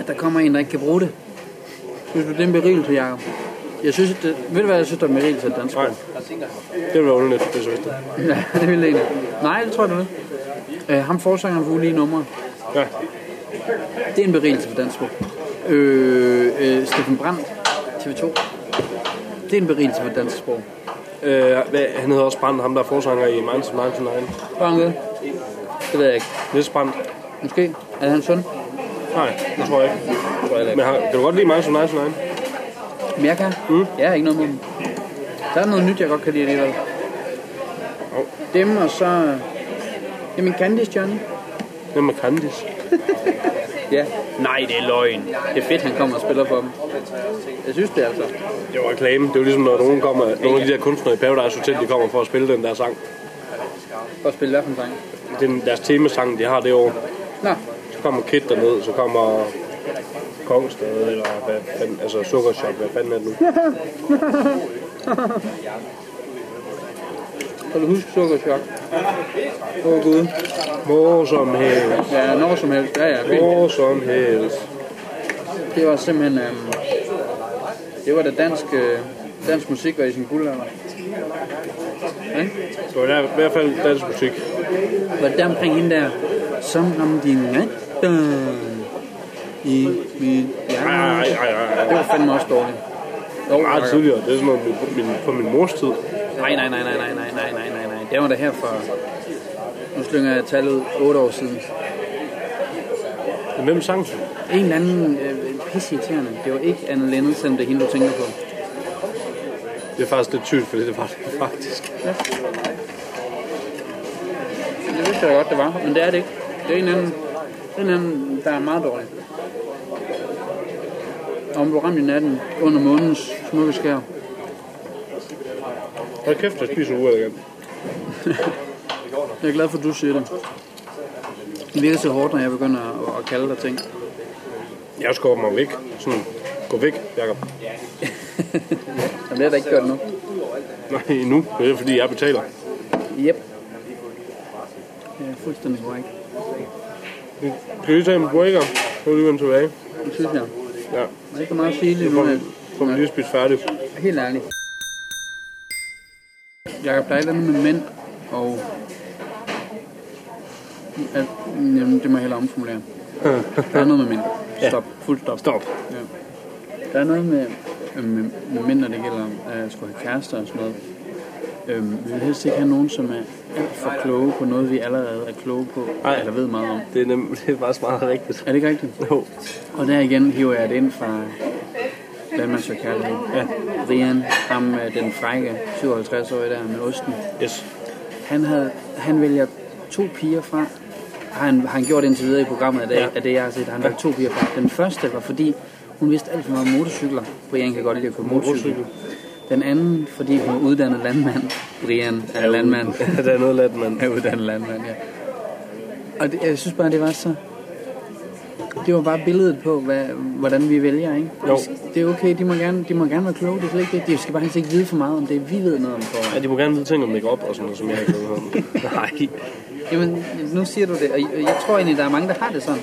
[SPEAKER 5] at der kommer en, der ikke kan bruge det. Synes du, det er en berigelse, Jacob? Jeg synes, at det, ved du hvad, jeg synes, der er en berigelse af dansk?
[SPEAKER 4] Nej, det ville være underligt, hvis jeg vidste det.
[SPEAKER 5] (laughs) Ja, det vil det Nej, det tror jeg, du det. Øh, ham forsangeren for ulige numre.
[SPEAKER 4] Ja,
[SPEAKER 5] Det er en berigelse for dansk sprog. Øh, øh, Steffen Brandt, TV2. Det er en berigelse for dansk sprog.
[SPEAKER 4] øh, hvad, han hedder også Brandt, ham der er forsanger i Minds of 99.
[SPEAKER 5] Var han det? Det ved jeg ikke.
[SPEAKER 4] Niels Brandt.
[SPEAKER 5] Måske. Er det hans søn?
[SPEAKER 4] Nej, det tror jeg ikke. Det tror jeg ikke. Men har, kan du godt lide Minds of 99?
[SPEAKER 5] Men jeg kan. Mm. Jeg har ikke noget mod dem. Der er noget nyt, jeg godt kan lide alligevel.
[SPEAKER 4] Jo.
[SPEAKER 5] Dem og så... øh, Det er min Candice, Johnny.
[SPEAKER 4] Det er med Candice.
[SPEAKER 5] Ja. Nej, det er løgn. Det er fedt, han kommer og spiller for dem. Jeg synes det altså.
[SPEAKER 4] Det var reklame. Det er jo ligesom, når nogen kommer, nogle af de der kunstnere i Paradise Hotel, de kommer for at spille den der sang.
[SPEAKER 5] For at spille hvad for en sang.
[SPEAKER 4] Den, deres temasang, de har det år.
[SPEAKER 5] Nå,
[SPEAKER 4] Så kommer Kit derned, så kommer Kongsted, eller hvad fanden, altså Sukkershop, hvad fanden er det nu?
[SPEAKER 5] kan du huske sukkerchok? Åh oh, gud.
[SPEAKER 4] Hvor som helst,
[SPEAKER 5] Ja, når som helst. Ja, ja, fint.
[SPEAKER 4] hvor som helst.
[SPEAKER 5] Det var simpelthen... Øhm, det var da dansk, øh, dansk musik var i sin guldalder. Ikke?
[SPEAKER 4] Det var der, i hvert fald dansk musik.
[SPEAKER 5] Var det der omkring hende der? Som om din natter i mit
[SPEAKER 4] Nej, nej,
[SPEAKER 5] hjerte.
[SPEAKER 4] nej, nej.
[SPEAKER 5] Det var fandme også dårligt. Jo, altså.
[SPEAKER 4] Meget tidligere. Det er sådan noget min, min, fra min mors tid.
[SPEAKER 5] Nej, nej, nej, nej, nej, nej, nej, nej, nej, nej. Jeg var da her for, nu slynger jeg tallet ud, 8 år siden.
[SPEAKER 4] Hvem sang den?
[SPEAKER 5] En eller anden øh, pisseirriterende. Det var ikke Anne Lennon, selvom det er hende, du tænker på.
[SPEAKER 4] Det er faktisk lidt tydeligt, fordi det (laughs) var det faktisk.
[SPEAKER 5] Det vidste jeg godt, det var, men det er det ikke. Det er en anden, det er en anden der er meget dårlig. Om du ramte i natten under månens smukke skær.
[SPEAKER 4] Hold kæft, jeg spiser uret igen.
[SPEAKER 5] Jeg er glad for, at du siger det. Det virker så hårdt, når jeg begynder at, at kalde dig ting.
[SPEAKER 4] Jeg skubber mig væk. Sådan, gå væk, Jacob.
[SPEAKER 5] Jamen, det har jeg da ikke gjort nu.
[SPEAKER 4] Nej, endnu. Det er fordi, jeg betaler.
[SPEAKER 5] Yep. Det er fuldstændig korrekt.
[SPEAKER 4] Skal vi lige tage en breaker? Så er vi lige vende tilbage.
[SPEAKER 5] Det synes jeg.
[SPEAKER 4] Ja.
[SPEAKER 5] Der er ikke så meget at sige lige
[SPEAKER 4] Så får
[SPEAKER 5] nu.
[SPEAKER 4] vi,
[SPEAKER 5] Jeg
[SPEAKER 4] får vi lige spist færdigt.
[SPEAKER 5] er helt ærlig. Jakob, der er et eller andet med mænd, og... At, jamen, det må jeg hellere (laughs) omformulere. Der er noget med mænd. Stop. Fuld stop.
[SPEAKER 4] Stop.
[SPEAKER 5] Ja. Der er noget med, øh, med, med mænd, når det gælder at skulle have kærester og sådan noget. Øhm, vi vil helst ikke have nogen, som er alt for kloge på noget, vi allerede er kloge på,
[SPEAKER 4] Nej.
[SPEAKER 5] eller ved meget om.
[SPEAKER 4] Det er, nem, det er faktisk meget rigtigt.
[SPEAKER 5] Er det ikke rigtigt?
[SPEAKER 4] Jo.
[SPEAKER 5] Og der igen hiver jeg det ind fra Danmark så kærlighed. Ja. Brian, ham øh, den frække 57-årige der med osten.
[SPEAKER 4] Yes.
[SPEAKER 5] Han, havde, han vælger to piger fra, har han, har han gjort indtil videre i programmet af det,
[SPEAKER 4] Ja.
[SPEAKER 5] ja. af det jeg har set. Han valgte to piger fra. Den første var, fordi hun vidste alt for meget om motorcykler. Brian kan godt lide at køre motorcykler. Den anden, fordi hun er uddannet landmand. Brian er
[SPEAKER 4] (laughs)
[SPEAKER 5] landmand.
[SPEAKER 4] det er noget let, mand.
[SPEAKER 5] (laughs) er uddannet landmand, ja. Og det, jeg synes bare, det var så... Det var bare billedet på, hvad, hvordan vi vælger, ikke?
[SPEAKER 4] Jo.
[SPEAKER 5] Det er okay, de må gerne, de må gerne være kloge, det er slet ikke det. De skal bare helst ikke vide for meget om det, vi ved noget om
[SPEAKER 4] Ja,
[SPEAKER 5] for.
[SPEAKER 4] de må gerne vide ting om make-up og sådan noget, som jeg ikke ved
[SPEAKER 5] (laughs)
[SPEAKER 4] om. Nej.
[SPEAKER 5] Jamen, nu siger du det, og jeg- jeg tror egentlig, der er mange, der har det sådan.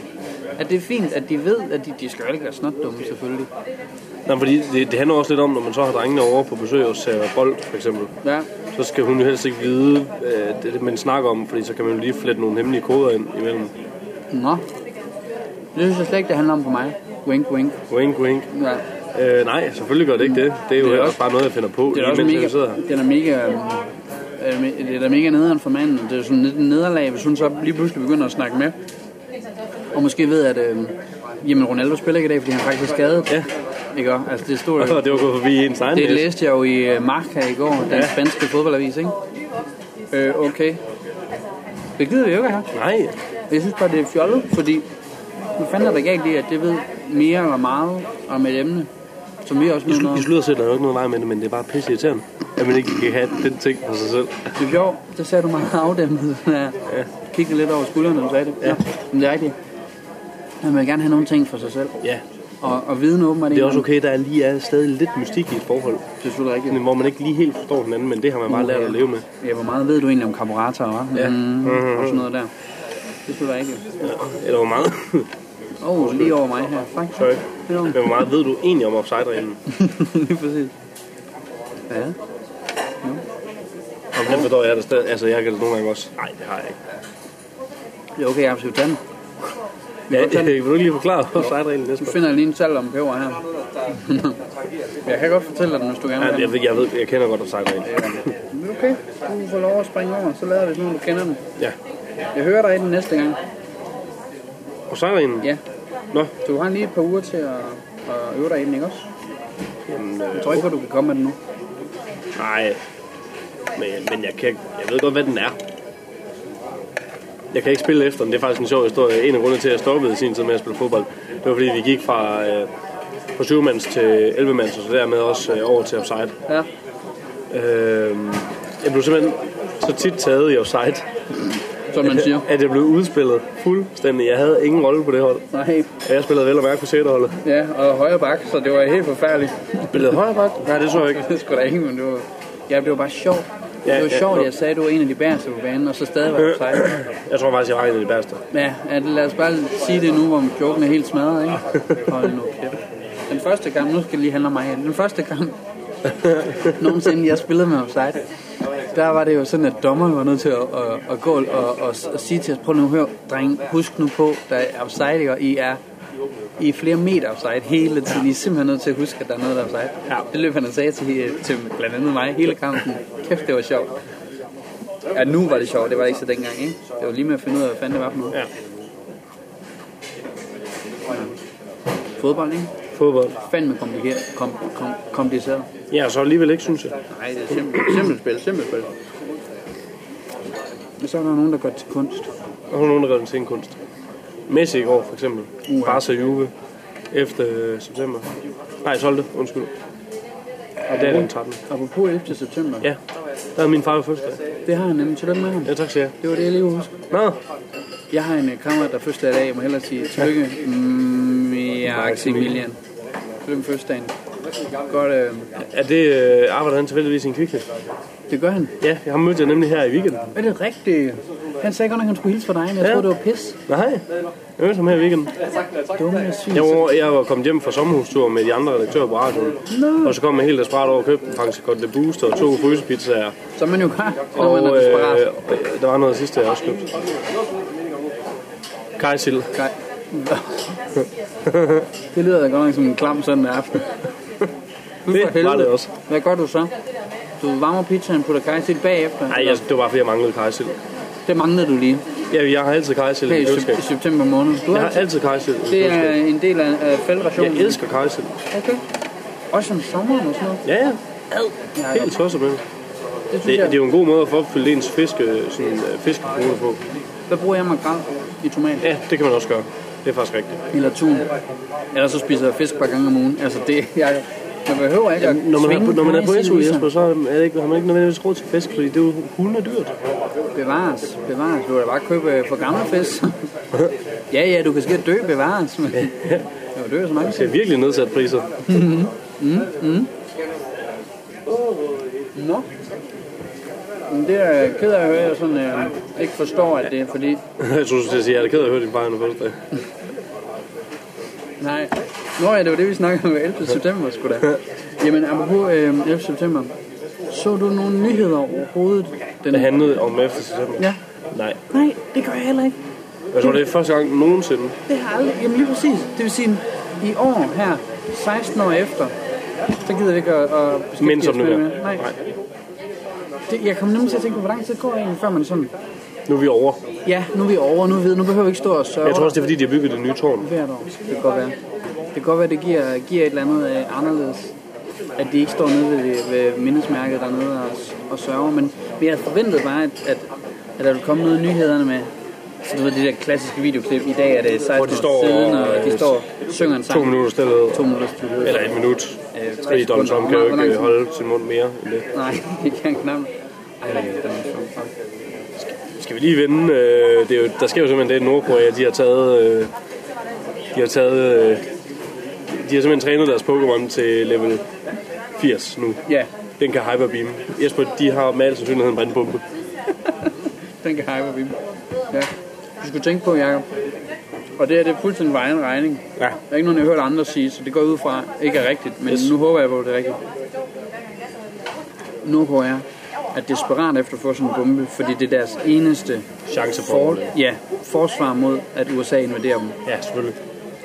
[SPEAKER 5] At det er fint, at de ved, at de, de skal jo ikke være snotdumme, selvfølgelig.
[SPEAKER 4] Nej, fordi det, det, handler også lidt om, når man så har drengene over på besøg hos uh, Bold, for eksempel.
[SPEAKER 5] Ja,
[SPEAKER 4] Så skal hun jo helst ikke vide, øh, det, det, man snakker om, fordi så kan man jo lige flette nogle hemmelige koder ind imellem.
[SPEAKER 5] nå. Det synes jeg slet ikke, det handler om for mig. Wink, wink.
[SPEAKER 4] Wink, wink.
[SPEAKER 5] Ja.
[SPEAKER 4] Øh, nej, selvfølgelig gør det ikke det. Det er jo
[SPEAKER 5] Det er
[SPEAKER 4] det er
[SPEAKER 5] også-
[SPEAKER 4] også bare noget, jeg finder på,
[SPEAKER 5] Det er da også
[SPEAKER 4] lige mens
[SPEAKER 5] mega,
[SPEAKER 4] jeg sidder her.
[SPEAKER 5] det er da mega, øhm, øh, det er da mega nederen for manden. Det er jo sådan lidt en nederlag, hvis hun så lige pludselig begynder at snakke med. Og måske ved, at øh, jamen, Ronaldo spiller ikke i dag, fordi han faktisk er skadet.
[SPEAKER 4] Ja.
[SPEAKER 5] Ikke også? Altså, det stod jo...
[SPEAKER 4] Og det var gået forbi ens egen
[SPEAKER 5] Det
[SPEAKER 4] næse.
[SPEAKER 5] læste jeg jo i øh, Marca i går, den spanske fodboldavis, ikke? Øh, okay. Det gider vi jo ikke have.
[SPEAKER 4] Nej,
[SPEAKER 5] Og Jeg synes bare, det er fjollet, fordi nu fandt jeg da galt i, at det ved mere eller meget om et emne, som vi også
[SPEAKER 4] i,
[SPEAKER 5] ved
[SPEAKER 4] slu-
[SPEAKER 5] noget
[SPEAKER 4] i
[SPEAKER 5] om.
[SPEAKER 4] sludersæt er der jo ikke noget vej med det, men det er bare pisse irriterende, at man ikke kan have den ting for sig selv.
[SPEAKER 5] I fjor, der sagde du meget afdæmpet. (laughs) Ja. Kiggede lidt over skulderen, når du sagde det. Ja. Men det er rigtigt. Man vil gerne have nogle ting for sig selv.
[SPEAKER 4] Ja,
[SPEAKER 5] Og, og viden åbenbart
[SPEAKER 4] det er også okay, der lige er stadig lidt mystik i et forhold,
[SPEAKER 5] Det er selvfølgelig rigtigt.
[SPEAKER 4] sådan, hvor man ikke lige helt forstår hinanden, men det har man bare lært at leve med.
[SPEAKER 5] Ja, hvor meget ved du egentlig om karburatorer, hva'?
[SPEAKER 4] Ja. Mm-hmm.
[SPEAKER 5] Mm, og sådan noget der. Det er selvfølgelig rigtigt.
[SPEAKER 4] Eller hvor meget, (laughs)
[SPEAKER 5] Åh, oh, lige over mig her. Fuck.
[SPEAKER 4] sorry,
[SPEAKER 5] Det var-
[SPEAKER 4] men hvor meget ved du egentlig om offside-reglen?
[SPEAKER 5] (laughs) Lige præcis. Ja.
[SPEAKER 4] Den forstår jeg da stadig. Altså, jeg kan det nogle gange også. Nej, det har jeg ikke.
[SPEAKER 5] Det er okay, jeg har absolut tanden.
[SPEAKER 4] Ja, (laughs) vil du ikke lige forklare offside-reglen,
[SPEAKER 5] Nu
[SPEAKER 4] Jesper?
[SPEAKER 5] finder jeg lige en salt om peber her.
[SPEAKER 4] (laughs)
[SPEAKER 5] jeg kan godt fortælle dig den, hvis du gerne
[SPEAKER 4] Ja,
[SPEAKER 5] vil.
[SPEAKER 4] jeg, ved, jeg, ved, jeg kender godt offside-reglen.
[SPEAKER 5] Men Okay, du får lov at springe over, så lader vi sådan, du kender den.
[SPEAKER 4] Ja.
[SPEAKER 5] Jeg hører dig i den næste gang.
[SPEAKER 4] Offside-reglen?
[SPEAKER 5] Ja,
[SPEAKER 4] Nå,
[SPEAKER 5] du har lige et par uger til at, at øve dig i den, ikke også?
[SPEAKER 4] jamen, øh,
[SPEAKER 5] Jeg tror ikke, at du kan komme med den nu.
[SPEAKER 4] nej. Men, men jeg, kan, jeg ved godt, hvad den er. Jeg kan ikke spille efter den. Det er faktisk en sjov historie. En af grundene til, at jeg stoppede i sin tid med at spille fodbold, det var, fordi vi gik fra, øh, fra 7-mands til 11-mands, og så dermed også øh, over til offside.
[SPEAKER 5] Ja.
[SPEAKER 4] Øh, jeg blev simpelthen så tit taget i offside, (laughs)
[SPEAKER 5] Som man siger.
[SPEAKER 4] at jeg blev udspillet fuldstændig. Jeg havde ingen rolle på det hold.
[SPEAKER 5] Nej.
[SPEAKER 4] Ja, Jeg spillede vel og mærke på 6. holdet.
[SPEAKER 5] Ja, og højre bak, så det var helt forfærdeligt.
[SPEAKER 4] Spillede højre bak? Nej, det så jeg ikke.
[SPEAKER 5] Det skulle da ingen, men det var... Ja, det var bare sjovt.
[SPEAKER 4] Ja,
[SPEAKER 5] det var
[SPEAKER 4] ja,
[SPEAKER 5] sjovt,
[SPEAKER 4] nå.
[SPEAKER 5] jeg sagde, at du var en af de bæreste på banen, og så stadig var du sej.
[SPEAKER 4] Jeg tror faktisk, jeg var en af de bedste.
[SPEAKER 5] Ja, ja, lad os bare sige det nu, hvor joken er helt smadret, ikke? Hold nu kæft. Den første kamp, nu skal det lige handle om mig her. Den første kamp, (laughs) nogensinde jeg spillede med offside, der var det jo sådan, at dommeren var nødt til at, at, at gå og, og, og sige til os, prøv nu at høre, dreng, husk nu på, der er offside, ikke? og I er i er flere meter offside hele tiden. I er simpelthen nødt til at huske, at der er noget, der er offside. Det løb han og sagde til, til blandt andet mig hele kampen. Kæft, det var sjovt. Ja, nu var det sjovt. Det var det ikke så dengang, ikke? Det var lige med at finde ud af, hvad fanden det var for noget.
[SPEAKER 4] Ja.
[SPEAKER 5] Fodbold, ikke?
[SPEAKER 4] Fodbold.
[SPEAKER 5] Fanden med kompliceret. Kom, kom, kompliceret.
[SPEAKER 4] Ja, så alligevel ikke, synes jeg.
[SPEAKER 5] Nej, det er simpelt, simpelt spil, simpelt spil. Men så er der nogen, der går til kunst.
[SPEAKER 4] Og hun undergør den til en kunst. Messi i går, for eksempel.
[SPEAKER 5] Uha.
[SPEAKER 4] Barca Juve. Efter øh, september. Nej, 12. Undskyld. Og det er den 13.
[SPEAKER 5] Apropos 11. september.
[SPEAKER 4] Ja, der er min far jo fødselsdag.
[SPEAKER 5] Det har han nemlig. Tillykke med ham.
[SPEAKER 4] Ja, tak skal jeg.
[SPEAKER 5] Det var det, jeg lige husker.
[SPEAKER 4] Nå,
[SPEAKER 5] Jeg har en øh, kammerat, der er første dag i dag. Jeg må hellere sige tillykke. Mm, Maximilian. Tillykke med fødselsdagen. Godt, øh,
[SPEAKER 4] er det, øh, arbejder han tilfældigvis i en kvickhed?
[SPEAKER 5] det gør han.
[SPEAKER 4] Ja, jeg har mødt jer nemlig her i weekenden.
[SPEAKER 5] Er det rigtigt? Han sagde godt nok, at han skulle hilse på dig, men jeg
[SPEAKER 4] Ja.
[SPEAKER 5] troede, det var pis.
[SPEAKER 4] Nej, jeg mødte ham her i weekenden.
[SPEAKER 5] Dumme svin.
[SPEAKER 4] Jeg var, jeg var kommet hjem fra sommerhustur med de andre redaktører på radioen.
[SPEAKER 5] Nå.
[SPEAKER 4] Og så kom jeg helt desperat over og købte en Franksikot de Boost og to frysepizzaer.
[SPEAKER 5] Så er man jo klar, når
[SPEAKER 4] Og
[SPEAKER 5] man er
[SPEAKER 4] øh,
[SPEAKER 5] desperat.
[SPEAKER 4] øh, der var noget sidste, jeg også købte. Kajsild.
[SPEAKER 5] Nej. det lyder da godt nok som en klam sådan en aften. Fy for
[SPEAKER 4] Det var
[SPEAKER 5] helvede.
[SPEAKER 4] det også.
[SPEAKER 5] Hvad gør du så? Du varmer pizzaen, putter kajsild bagefter.
[SPEAKER 4] Nej, jeg, det var bare fordi, jeg manglede kajsild.
[SPEAKER 5] Det manglede du lige
[SPEAKER 4] Ja, jeg har altid kajsild
[SPEAKER 5] her
[SPEAKER 4] i
[SPEAKER 5] i,
[SPEAKER 4] mit
[SPEAKER 5] sep-
[SPEAKER 4] køleskab.
[SPEAKER 5] i september måned. Du
[SPEAKER 4] Jeg
[SPEAKER 5] har
[SPEAKER 4] har altid kajsild i mit
[SPEAKER 5] det er
[SPEAKER 4] køleskab.
[SPEAKER 5] en del af, af fældrationen.
[SPEAKER 4] Jeg elsker kajsild.
[SPEAKER 5] Okay. Også om sommeren og sådan noget.
[SPEAKER 4] Ja, ja.
[SPEAKER 5] Ja,
[SPEAKER 4] Helt tosset med det.
[SPEAKER 5] det
[SPEAKER 4] Det,
[SPEAKER 5] synes
[SPEAKER 4] det er
[SPEAKER 5] jeg.
[SPEAKER 4] jo en god måde at få opfyldt ens fiske, sådan, øh, fiskekvote på.
[SPEAKER 5] Hvad bruger jeg makrel i tomat?
[SPEAKER 4] Ja, det kan man også gøre. Det er faktisk rigtigt.
[SPEAKER 5] Eller tun. Eller så spiser jeg fisk et par gange om ugen. Altså det, jeg, man behøver ikke at
[SPEAKER 4] Når man, er, på,
[SPEAKER 5] svinge
[SPEAKER 4] når man er på
[SPEAKER 5] kajsild
[SPEAKER 4] SU,
[SPEAKER 5] i sig.
[SPEAKER 4] Jesper, så er det ikke, har man ikke nødvendigvis råd til fisk, fordi det er jo hulen er dyrt.
[SPEAKER 5] Bevares, bevares. Du kan da bare købe øh, for gamle fisk. ja, ja, du kan sikkert dø, bevares. Men jeg dør så mange
[SPEAKER 4] Det
[SPEAKER 5] ting.
[SPEAKER 4] er virkelig nedsat priser. (laughs)
[SPEAKER 5] Nå. Men det er jeg ked af at høre, at jeg sådan, øh, ikke forstår, at det er fordi...
[SPEAKER 4] Jeg tror, du skulle til at sige, at jeg er da ked af at høre din barn fødselsdag.
[SPEAKER 5] Nej. Nå ja, det var det, vi snakkede om 11. september, sgu da. Jamen, apropos øh, 11. september. Så du nogle nyheder overhovedet? Den...
[SPEAKER 4] Det handlede om efter september.
[SPEAKER 5] Ja.
[SPEAKER 4] Nej.
[SPEAKER 5] Nej, det gør jeg heller ikke.
[SPEAKER 4] Jeg tror, det er første gang nogensinde.
[SPEAKER 5] Det har jeg aldrig... Jamen lige præcis. Det vil sige, i år her, 16 år efter, så gider vi ikke at, at beskæftige
[SPEAKER 4] Mind som
[SPEAKER 5] os med
[SPEAKER 4] nu her.
[SPEAKER 5] det mere. Nej.
[SPEAKER 4] Nej.
[SPEAKER 5] Det, jeg kom nemlig til at tænke på, hvor lang tid går egentlig, før man sådan...
[SPEAKER 4] Nu er vi over.
[SPEAKER 5] Ja, nu er vi over, nu, ved, nu behøver vi ikke stå og sørge
[SPEAKER 4] Jeg tror også, det er fordi, de har bygget det nye tårn.
[SPEAKER 5] hvert år. Det kan godt være. Det kan godt være, det giver, giver et eller andet øh, anderledes. At de ikke står nede ved, ved mindesmærket dernede og, og sørger. Men, men jeg forventede bare, at, at, at der ville komme noget af nyhederne med. Så du ved, de der klassiske videoklip. I dag er det 16
[SPEAKER 4] Hvor de står
[SPEAKER 5] år siden, og
[SPEAKER 4] og-
[SPEAKER 5] de står og synger en sang.
[SPEAKER 4] To minutter stille.
[SPEAKER 5] To minutter stillhed.
[SPEAKER 4] Eller et minut.
[SPEAKER 5] Øh, tre
[SPEAKER 4] Fordi Donald Trump
[SPEAKER 5] sekunder.
[SPEAKER 4] kan jo
[SPEAKER 5] Hvor lang
[SPEAKER 4] ikke øh,
[SPEAKER 5] tid?
[SPEAKER 4] holde sin mund mere end det.
[SPEAKER 5] Nej, (laughs) det kan jeg knap. Ej, det er sjovt.
[SPEAKER 4] Skal vi lige vende? Øh, det er jo, der sker jo simpelthen det, at Nordkorea de har taget... Øh, de har taget... Øh, de har simpelthen trænet deres Pokémon til level 80 nu.
[SPEAKER 5] Ja,
[SPEAKER 4] Den kan hyperbeam. Jesper, de har med al sandsynlighed en brændpumpe.
[SPEAKER 5] Den kan hype vi. Ja. Du skulle tænke på, Jacob. Og det her, det er fuldstændig vejen regning.
[SPEAKER 4] Ja.
[SPEAKER 5] Der er ikke nogen, jeg har hørt andre sige, så det går jeg ud fra ikke er rigtigt. Men yes. nu håber jeg på, at det er rigtigt. Nordkorea er desperat efter at få sådan en bombe, fordi det er deres eneste
[SPEAKER 4] Chance for
[SPEAKER 5] for,
[SPEAKER 4] at
[SPEAKER 5] ja, forsvar mod, at USA invaderer dem.
[SPEAKER 4] Ja, selvfølgelig.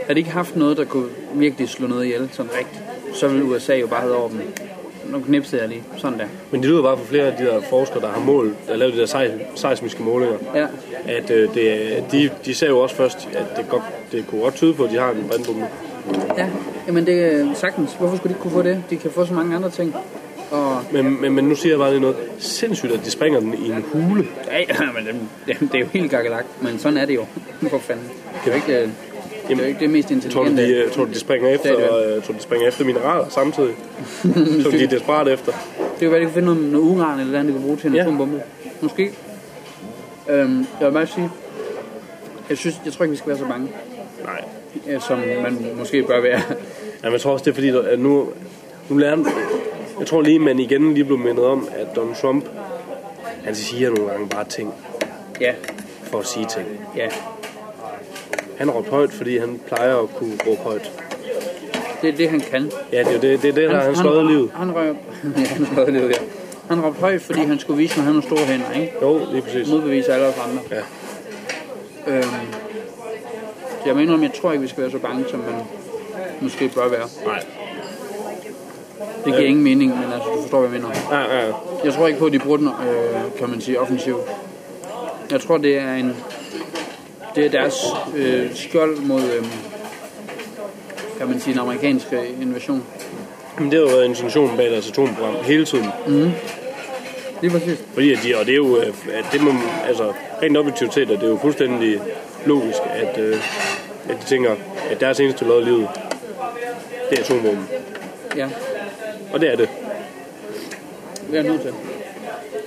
[SPEAKER 5] Havde de ikke haft noget, der kunne virkelig slå noget ihjel, sådan rigtigt, så ville USA jo bare have over dem. Nu knipsede jeg lige. Sådan der.
[SPEAKER 4] Men det lyder bare for flere af de der forskere, der har målt, der lavet de der seis- seismiske målinger,
[SPEAKER 5] Ja.
[SPEAKER 4] at øh, det, er- de, de sagde jo også først, at det, godt, det kunne godt tyde på, at de har en brændbombe.
[SPEAKER 5] Ja, jamen det er sagtens. Hvorfor skulle de ikke kunne få det? De kan få så mange andre ting. Og
[SPEAKER 4] Men, men, men nu siger jeg bare lige noget. Sindssygt, at de springer den i en hule.
[SPEAKER 5] ja, ja men dem, dem, det er jo helt gakkelagt, men sådan er det jo. (laughs) For fanden. Det er jo ikke, øh, det, er jo ikke det mest
[SPEAKER 4] Tror du,
[SPEAKER 5] intelligente.
[SPEAKER 4] de, øh, tror du, de springer efter,
[SPEAKER 5] Det er
[SPEAKER 4] øh, tror du, de springer efter mineraler samtidig?
[SPEAKER 5] (laughs)
[SPEAKER 4] Som de er desperat efter.
[SPEAKER 5] Det kan være, de kan finde noget, noget uran eller andet, de kan bruge til en
[SPEAKER 4] Ja.
[SPEAKER 5] ja. atombombe. Måske. Øhm, jeg vil bare sige, jeg, synes, jeg tror ikke, vi skal være så bange,
[SPEAKER 4] Nej.
[SPEAKER 5] øh, som man måske bør være.
[SPEAKER 4] Jamen, jeg tror også, det er fordi, der- at nu, nu lærer Jeg tror lige, man igen lige blev mindet om, at Donald Trump, han siger nogle gange bare ting
[SPEAKER 5] ja,
[SPEAKER 4] for at sige ting.
[SPEAKER 5] ja.
[SPEAKER 4] Han råbte højt, fordi han plejer at kunne råbe højt.
[SPEAKER 5] Det er det, han kan.
[SPEAKER 4] Ja, det er jo det, det, er det der har han slået i livet.
[SPEAKER 5] Han røb, (laughs) ja, han slået livet, ja. Han råbte højt, fordi han skulle vise, at han havde nogle store hænder, ikke?
[SPEAKER 4] Jo, lige præcis.
[SPEAKER 5] modbevise alle os andre.
[SPEAKER 4] Ja.
[SPEAKER 5] Øhm, så jeg mener, jeg tror ikke, vi skal være så bange, som man måske bør være.
[SPEAKER 4] Nej.
[SPEAKER 5] Det giver ingen mening, men altså, du forstår, hvad jeg mener.
[SPEAKER 4] Ja, ja.
[SPEAKER 5] Jeg tror ikke på, at de bruger den, øh, kan man sige, offensivt. Jeg tror, det er en... Det er deres øh, skjold mod, øh, kan man sige, den amerikanske invasion.
[SPEAKER 4] Men det har jo været intentionen bag deres atomprogram hele tiden.
[SPEAKER 5] Lige præcis.
[SPEAKER 4] Fordi at de, og det er jo, øh, at det må, altså, rent objektivt set, at det er jo fuldstændig logisk, at, øh, at de tænker, at deres eneste lod i livet, det er atomvåben.
[SPEAKER 5] Ja,
[SPEAKER 4] Og det er det.
[SPEAKER 5] det er han nødt til.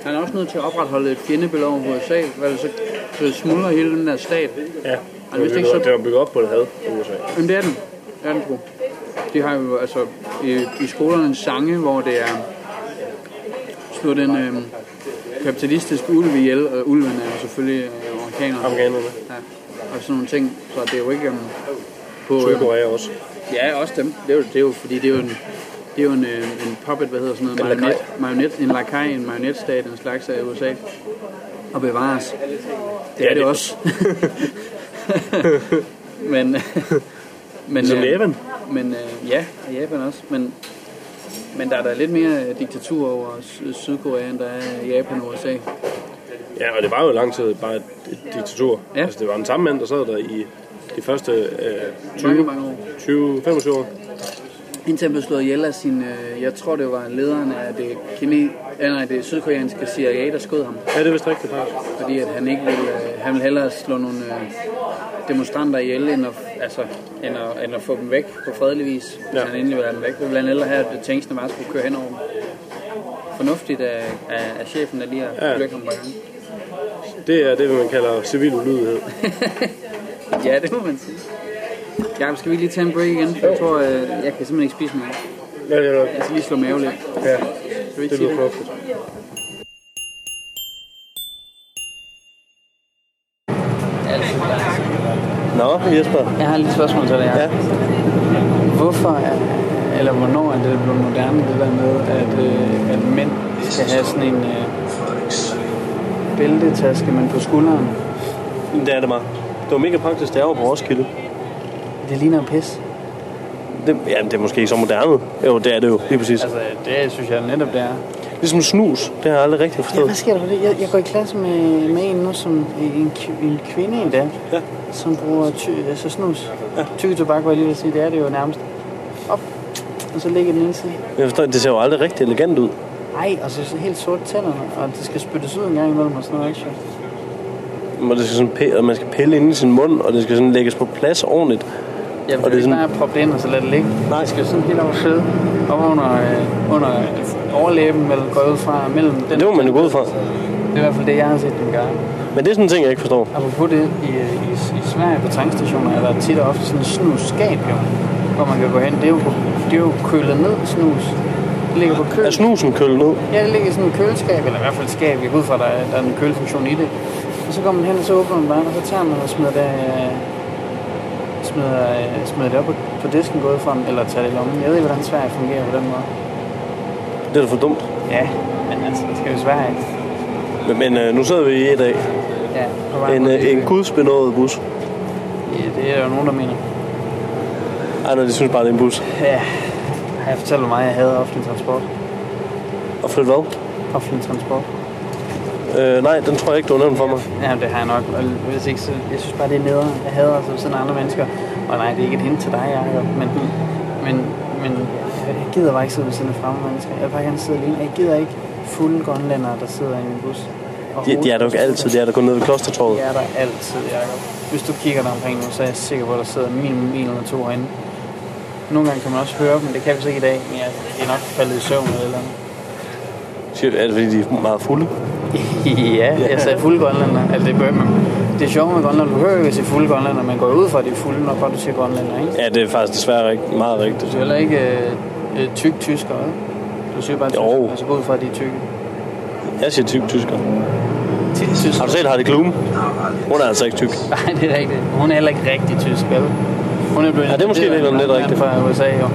[SPEAKER 5] Han er også nødt til at opretholde et fjendebillede over USA, hvad det så, så smuldrer hele den der stat.
[SPEAKER 4] Ja.
[SPEAKER 5] Altså, hvis det ikke så-
[SPEAKER 4] Det var bygget op på det had, i USA.
[SPEAKER 5] Jamen det er den. Det er den, tro. De har jo altså i, i skolerne en sange, hvor det er slå den øh, kapitalistiske ulv ihjel, og ulven er jo selvfølgelig øh, amerikanere.
[SPEAKER 4] Amerikanerne.
[SPEAKER 5] Ja, og sådan nogle ting. Så det er jo ikke øh, på... Øh,
[SPEAKER 4] Sydkorea også.
[SPEAKER 5] ja, også dem. Det er jo, det er jo fordi det er jo en, det er jo en, øh, en puppet, hvad hedder sådan noget,
[SPEAKER 4] En lakaj.
[SPEAKER 5] marionet, marionet, en lakaj, en marionetstat, en slags af USA. Og bevares. Det
[SPEAKER 4] Ja,
[SPEAKER 5] er det,
[SPEAKER 4] det-
[SPEAKER 5] også. (laughs) men... øh, men
[SPEAKER 4] Som
[SPEAKER 5] øh,
[SPEAKER 4] Ligesom Japan.
[SPEAKER 5] men øh, ja, og Japan også. Men, men der er da lidt mere øh, diktatur over Sy- Sydkorea, end der er i Japan og USA.
[SPEAKER 4] Ja, og det var jo lang tid bare et, et diktatur.
[SPEAKER 5] Ja.
[SPEAKER 4] Altså, det var en samme mand, der sad der i de første øh, 20,
[SPEAKER 5] Mange, mange år.
[SPEAKER 4] 20, 25 år.
[SPEAKER 5] Indtil han blev slået ihjel af sin, øh, jeg tror det var lederen af det, kine, ja, nej, det sydkoreanske CIA, der skød ham.
[SPEAKER 4] Ja, det er vist rigtigt, faktisk.
[SPEAKER 5] Fordi at han ikke ville, øh, han ville hellere slå nogle øh, demonstranter ihjel, end at, altså, end, at, end at få dem væk på fredelig vis. Hvis
[SPEAKER 4] Ja.
[SPEAKER 5] han endelig ville have dem væk, så ville han hellere have, at tanksene bare skulle køre henover dem. Fornuftigt af, af, af chefen, der lige har
[SPEAKER 4] Ja.
[SPEAKER 5] ja. ham på gang.
[SPEAKER 4] Det er det, man kalder civil ulydighed.
[SPEAKER 5] Ja, det må man sige. Jakob, skal vi ikke lige tage en break igen? Jeg tror, øh, jeg kan simpelthen ikke spise mere. Altså,
[SPEAKER 4] Ja, det er nok.
[SPEAKER 5] Jeg skal lige slå mave lidt.
[SPEAKER 4] Ja,
[SPEAKER 5] Skal vi ikke
[SPEAKER 4] det
[SPEAKER 5] sige
[SPEAKER 4] lyder
[SPEAKER 5] det?
[SPEAKER 4] fornuftigt. Nå, Jesper.
[SPEAKER 5] Jeg har lige et spørgsmål til dig, Jacob. Hvorfor er, eller hvornår er det blevet moderne, det der med, at, øh, at mænd skal have sådan en øh, bæltetaske, men på skulderen?
[SPEAKER 4] Det er det meget. Det var mega praktisk, det er jo på Roskilde.
[SPEAKER 5] Det ligner pis.
[SPEAKER 4] Det, ja, det er måske ikke så moderne. Jo, det er det jo, lige præcis.
[SPEAKER 5] Altså, det synes jeg netop, det er.
[SPEAKER 4] Ligesom snus, det har jeg aldrig rigtig
[SPEAKER 5] Ja,
[SPEAKER 4] forstået.
[SPEAKER 5] hvad sker der for det? Jeg, jeg går i klasse med, med en nu, som en, kv- en kvinde endda,
[SPEAKER 4] Ja.
[SPEAKER 5] som bruger ty, altså snus. Ja. Tykke tobak, var jeg lige vil sige, det er det jo nærmest. Op, og så ligger den ene side.
[SPEAKER 4] Jeg forstår, det ser jo aldrig rigtig elegant ud.
[SPEAKER 5] Ej, og så er det helt sort tænderne, og det skal spyttes ud en gang imellem og sådan noget, ikke? sjovt?
[SPEAKER 4] Men det skal sådan pæ- og man skal pille ind i sin mund, og det skal sådan lægges på plads ordentligt.
[SPEAKER 5] Jamen,
[SPEAKER 4] Og
[SPEAKER 5] det er
[SPEAKER 4] det er
[SPEAKER 5] ikke bare at proppe det ind og så lade det ligge.
[SPEAKER 4] Nej.
[SPEAKER 5] Det skal jo sådan helt over sidde. Op under, øh, under overlæben, eller går jeg ud fra mellem den.
[SPEAKER 4] Det må man jo gå ud fra.
[SPEAKER 5] Det er i hvert fald det, jeg har set dem gøre.
[SPEAKER 4] Men det er sådan en ting, jeg ikke forstår.
[SPEAKER 5] Apropos det, i, øh, i, i Sverige på tankstationer er der tit og ofte sådan en snusskab, jo, hvor man kan gå hen. Det er jo, det er jo kølet ned snus. Det ligger på køl.
[SPEAKER 4] Er snusen kølet ud?
[SPEAKER 5] Ja, det ligger i sådan et køleskab, eller i hvert fald et skab. Jeg går ud fra, at der, er- der er en kølefunktion i det. Og så kommer man hen, og så åbner man bare, og så tager man og smider det, øh, smider, øh, smider det op på, på disken gået frem, eller tager det i lommen. Jeg ved ikke, hvordan Sverige fungerer på den måde.
[SPEAKER 4] Det er da for dumt.
[SPEAKER 5] Ja, men altså, det skal jo i Sverige.
[SPEAKER 4] Men, men øh, nu sidder vi i dag.
[SPEAKER 5] Ja, på vej
[SPEAKER 4] En,
[SPEAKER 5] mod-
[SPEAKER 4] øh, en gudsbenået bus.
[SPEAKER 5] ja, det er der jo nogen, der mener.
[SPEAKER 4] Ej, nej, de synes bare, det er en bus.
[SPEAKER 5] Ja, har jeg fortalt, hvor meget jeg havde offentlig transport.
[SPEAKER 4] Og flyt hvad?
[SPEAKER 5] Offentlig transport.
[SPEAKER 4] Øh, nej, den tror jeg ikke, du har nævnt for mig.
[SPEAKER 5] Ja, det har jeg nok. Og hvis ikke, så jeg synes bare, det er nederen. Jeg hader altså sådan andre mennesker. Og nej, det er ikke et hint til dig, Jacob. Men, men, men jeg gider bare ikke sidde ved siden af fremmede mennesker. Jeg vil bare gerne sidde alene. Og Jeg gider ikke fulde grønlændere, der sidder i min bus. Og
[SPEAKER 4] De, de er der jo ikke altid. De er der kun nede ved klostertorvet.
[SPEAKER 5] De er der altid, Jacob. Hvis du kigger dig omkring nu, så er jeg sikker på, at der sidder min bil eller to herinde. Nogle gange kan man også høre dem. Det kan vi så ikke i dag, men jeg jeg er nok faldet i søvn eller et eller andet.
[SPEAKER 4] Siger- Er det fordi, de er meget fulde? (laughs)
[SPEAKER 5] Ja, jeg sagde fulde grønlænder. Altså, det bør man. Det er sjovt med grønlænder. Du hører jo ikke sige fulde grønlænder, men går ud fra, at de er fulde, når godt du siger grønlænder, ikke?
[SPEAKER 4] Ja, det er faktisk desværre ikke meget rigtigt.
[SPEAKER 5] Du er heller ikke øh, øh, tyk tysker, ikke? Du siger bare tysk,
[SPEAKER 4] Jo.
[SPEAKER 5] altså gå ud fra, at de er tykke.
[SPEAKER 4] Jeg siger tyk tysker.
[SPEAKER 5] Tit tysk.
[SPEAKER 4] Har du set Hardy Klum? Hun er altså ikke tyk.
[SPEAKER 5] Nej, det er rigtigt. Hun er heller ikke rigtig tysk, vel? Hun er blevet
[SPEAKER 4] Ja, det er måske
[SPEAKER 5] invideret af en
[SPEAKER 4] lidt
[SPEAKER 5] mørk
[SPEAKER 4] rigtigt.
[SPEAKER 5] mand fra USA, jo.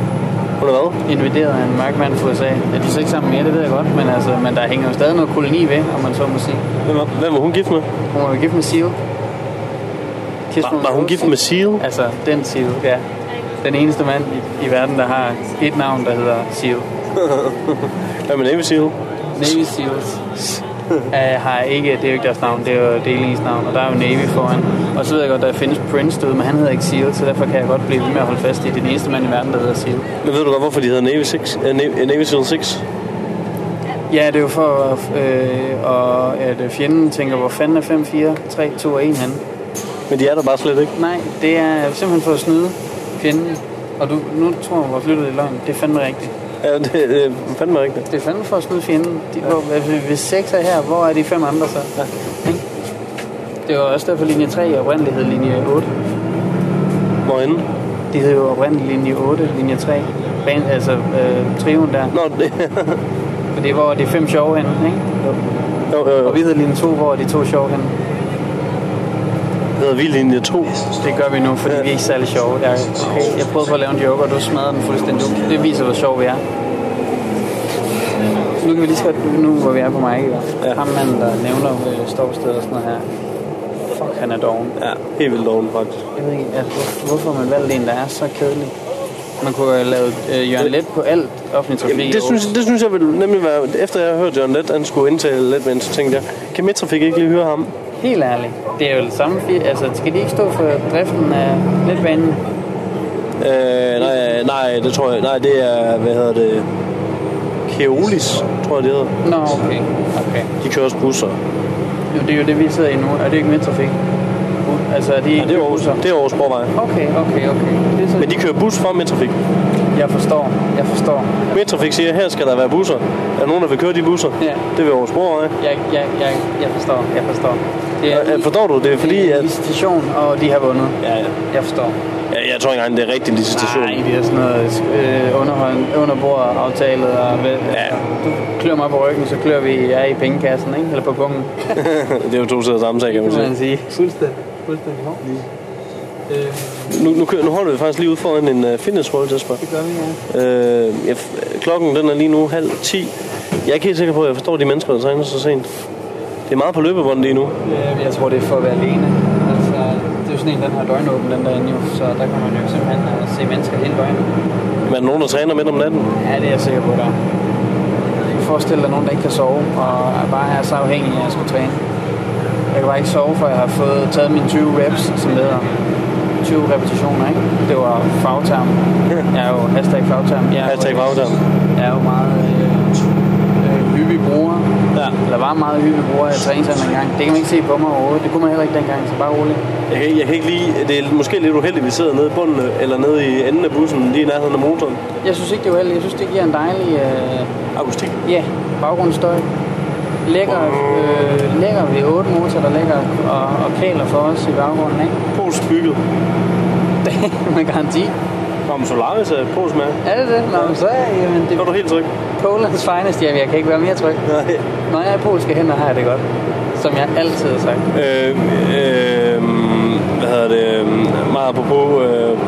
[SPEAKER 4] Hun er hvad?
[SPEAKER 5] Invideret af en mørk mand fra USA. Er de så ikke sammen mere, det ved jeg godt, men, altså, men der hænger jo stadig noget koloni ved, om man så må sige.
[SPEAKER 4] Hvem var, hvem var hun gift med?
[SPEAKER 5] Hun var jo gift med Seal. Kiss
[SPEAKER 4] Var,
[SPEAKER 5] from
[SPEAKER 4] var hun
[SPEAKER 5] Rose.
[SPEAKER 4] gift med Seal?
[SPEAKER 5] Altså, den Siv, ja. Den eneste mand i, i verden, der har et navn, der hedder Siv.
[SPEAKER 6] Hvad med Navy Seal?
[SPEAKER 5] Navy Seals
[SPEAKER 4] (laughs)
[SPEAKER 5] uh, har ikke, det er jo ikke deres navn, det er jo delingens navn, og der er jo Navy foran. Og så ved jeg godt, der findes Prince derude, men han hedder ikke Seal, så derfor kan jeg godt blive ved med at holde fast i det er den eneste mand i verden, der hedder Seal.
[SPEAKER 6] Men ved du godt, hvorfor de hedder Navy, 6,
[SPEAKER 4] øh,
[SPEAKER 6] uh, Navy, Navy Seal 6?
[SPEAKER 5] Ja, det er jo for, øh, og at fjenden tænker, hvor fanden er 5, 4, 3, 2 og 1 han?
[SPEAKER 6] Men de er der bare slet ikke.
[SPEAKER 5] Nej, det er simpelthen for at snyde fjenden. Og du, nu tror jeg, hvor flyttet i løgn. Det er fandme rigtigt.
[SPEAKER 6] Ja, det, det er fandme rigtigt.
[SPEAKER 5] Det er fandme for at snyde fjenden. De, ja. hvor, hvis- hvis seks er her, hvor er de fem andre så? Ja. Det var også derfor linje 3 oprindeligt hed linje 8.
[SPEAKER 6] Hvorhenne?
[SPEAKER 5] De hed jo oprindeligt linje 8, linje 3. Ban, altså øh, triven der.
[SPEAKER 6] Nå, det...
[SPEAKER 5] For det er, hvor de fem sjove hen, ikke?
[SPEAKER 6] jo, jo, jo.
[SPEAKER 5] Og vi hed linje 2, hvor er de to sjove hen.
[SPEAKER 6] Det hedder Vild Linje 2.
[SPEAKER 5] Det gør vi nu, fordi vi er ikke særlig sjove. Jeg, okay, jeg prøvede på at lave en joke, og du smadrede den fuldstændig ud. Det viser, hvor sjov vi er. Nu kan vi lige så godt, nu hvor vi er på mig, ja. ham manden, der nævner øh, stopsted og sådan noget her. Fuck, han er doven.
[SPEAKER 6] Ja, helt vildt doven, faktisk.
[SPEAKER 5] Jeg ved ikke, at, hvor- hvorfor har man valgt en, der er så kedelig. Man kunne have lavet øh, Jørgen Let på alt offentlig trafik.
[SPEAKER 6] Jamen, det, synes, det synes jeg ville nemlig være... Efter jeg hørte John Lett, han skulle indtale lidt, men så tænkte jeg, kan Midtrafik ikke lige høre ham?
[SPEAKER 5] Helt ærligt. Det er jo det samme. fir- Altså, skal de ikke stå for driften af letbanen?
[SPEAKER 6] Øh, nej, nej, det tror jeg... Nej, det er... Hvad hedder det? Keolis, tror jeg, det hedder.
[SPEAKER 5] Nå, okay. okay.
[SPEAKER 6] De kører også busser.
[SPEAKER 5] Jo, det er jo det, vi sidder i nu. Er det ikke med trafik? Altså, er de
[SPEAKER 6] Ja, det er Aarhus, det er Aarhus Borgvej.
[SPEAKER 5] Okay, okay, okay. Det er så...
[SPEAKER 6] Men de kører bus fra Midtrafik.
[SPEAKER 5] Jeg forstår. Jeg forstår.
[SPEAKER 6] Midtrafik siger, her skal der være busser. Er der nogen, der vil køre de busser?
[SPEAKER 5] Ja.
[SPEAKER 6] Det vil Aarhus Borgvej.
[SPEAKER 5] Jeg, jeg, jeg, jeg forstår. Jeg forstår. Det er,
[SPEAKER 6] Ja, forstår du? Det er øh, fordi,
[SPEAKER 5] det er
[SPEAKER 6] at...
[SPEAKER 5] en visitation, og de har vundet.
[SPEAKER 6] Ja, ja.
[SPEAKER 5] Jeg forstår.
[SPEAKER 6] Ja, jeg tror ikke engang, det er rigtig licitation.
[SPEAKER 5] Nej, det er sådan noget øh, underhånd, underbord aftalet. Og, hvad-
[SPEAKER 6] Ja. (laughs)
[SPEAKER 5] Du klør mig på ryggen, så klør vi jer i pengekassen, ikke? Eller på pungen.
[SPEAKER 6] det er jo to sider af samme sag, kan man
[SPEAKER 5] kan man sige.
[SPEAKER 6] sige.
[SPEAKER 5] Fuldstændig. Fuldstændig hårdt. Øh,
[SPEAKER 6] Nu, nu, kører, nu holder vi faktisk lige ud foran en uh, fitness world, Jesper.
[SPEAKER 5] det gør vi, ja.
[SPEAKER 6] Øh, jeg, f- klokken den er lige nu halv ti. Jeg er ikke helt sikker på, at jeg forstår de mennesker, der træner så sent. Det er meget på løbebånd lige nu.
[SPEAKER 5] Øh, Jeg tror, det er for at være alene. Altså, det er jo sådan en, den har døgnåben, den der nu, så der kan man jo simpelthen øh, se mennesker hele døgnet.
[SPEAKER 6] Men er der nogen, der træner midt om natten?
[SPEAKER 5] Ja, det er jeg sikker på, der er. Forestil dig nogen, der ikke kan sove, og er bare er så afhængig af at skulle træne. Jeg kan bare ikke sove, for jeg har fået taget mine 20 reps, som det hedder. 20 repetitioner, ikke? Det var fagterm. Jeg er jo hashtag fagterm. Jeg er jo-
[SPEAKER 6] Hashtag fagterm.
[SPEAKER 5] Jeg er jo meget øh, øh, hyppig bruger.
[SPEAKER 6] Ja.
[SPEAKER 5] Eller var meget hyppig bruger af træningscenter engang. Det kan man ikke se på mig overhovedet. Det kunne man heller ikke dengang, så bare roligt.
[SPEAKER 6] Jeg kan, ikke- jeg kan ikke lige... Det er måske lidt uheldigt, at vi sidder nede i bunden, øh, eller nede i enden af bussen, lige i nærheden af motoren.
[SPEAKER 5] Jeg synes ikke, det er uheldigt. Jeg synes, det giver en dejlig... Øh,
[SPEAKER 6] Akustik.
[SPEAKER 5] Ja, baggrundsstøj. Lækker, øh, lækker V8 motor, der ligger og, og kæler for os i baggrunden, ikke? (laughs)
[SPEAKER 6] Pols bygget.
[SPEAKER 5] Med garanti.
[SPEAKER 6] Kom Solaris er Pols med.
[SPEAKER 5] Er det det? Nå, men så er jamen, det
[SPEAKER 6] Det var
[SPEAKER 5] er
[SPEAKER 6] du helt tryg.
[SPEAKER 5] Polens finest, jamen, jeg kan ikke være mere tryg.
[SPEAKER 6] Nej.
[SPEAKER 5] Når jeg er i polske hænder, har jeg det godt. Som jeg altid har sagt.
[SPEAKER 6] Øh, øh, hvad hedder det? øh, Meget apropos øh,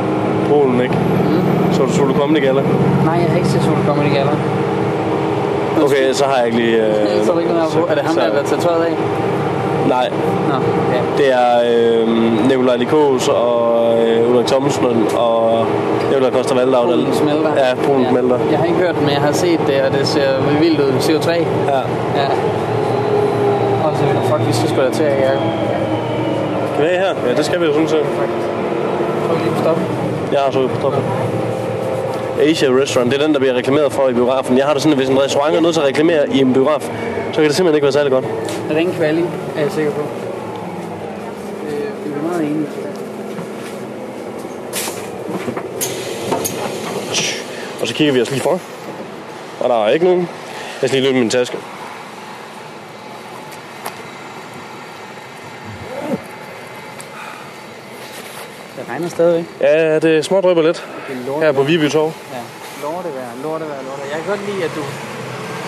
[SPEAKER 6] Polen, ikke? Mm. Så du Solo Comedy Gala?
[SPEAKER 5] Nej, jeg har ikke set Sol Comedy Gala.
[SPEAKER 6] Okay, så har jeg ikke lige... Øh,
[SPEAKER 5] (laughs) Så er, der ikke noget, her på. er det ham, der er blevet tatoveret af?
[SPEAKER 6] Nej,
[SPEAKER 5] Nå, ja.
[SPEAKER 6] det er øh, Nikolaj Likos og øh, Ulrik Thomsen og Nikolaj Koster Valdau. der-
[SPEAKER 5] Polen smelter.
[SPEAKER 6] Ja, Polen ja. smelter.
[SPEAKER 5] Jeg har ikke hørt den, men jeg har set det, og det ser vildt ud. CO3.
[SPEAKER 6] Ja.
[SPEAKER 5] Ja. Og så fuck, vi skal sgu da til at jakke.
[SPEAKER 6] Skal vi af her? Ja, det skal vi jo sådan set.
[SPEAKER 5] Prøv lige at stoppe.
[SPEAKER 6] Jeg har trykket på stoppen. Asia Restaurant, det er den, der bliver reklameret for i biografen. Jeg har det sådan, at hvis en restaurant er nødt til at reklamere i en biograf, så kan det simpelthen ikke være særlig godt.
[SPEAKER 5] Ring kvali, er jeg sikker på. Øh, det er meget enige.
[SPEAKER 6] Og så kigger vi os lige for. Og der er ikke nogen. Jeg skal lige løbe min taske.
[SPEAKER 5] Det regner stadigvæk.
[SPEAKER 6] Ja, det smådrypper lidt
[SPEAKER 5] Det er lort.
[SPEAKER 6] her på Viby Torv.
[SPEAKER 5] Ja. Lortevejr, lortevejr, lortevejr. Jeg kan godt lide, at du,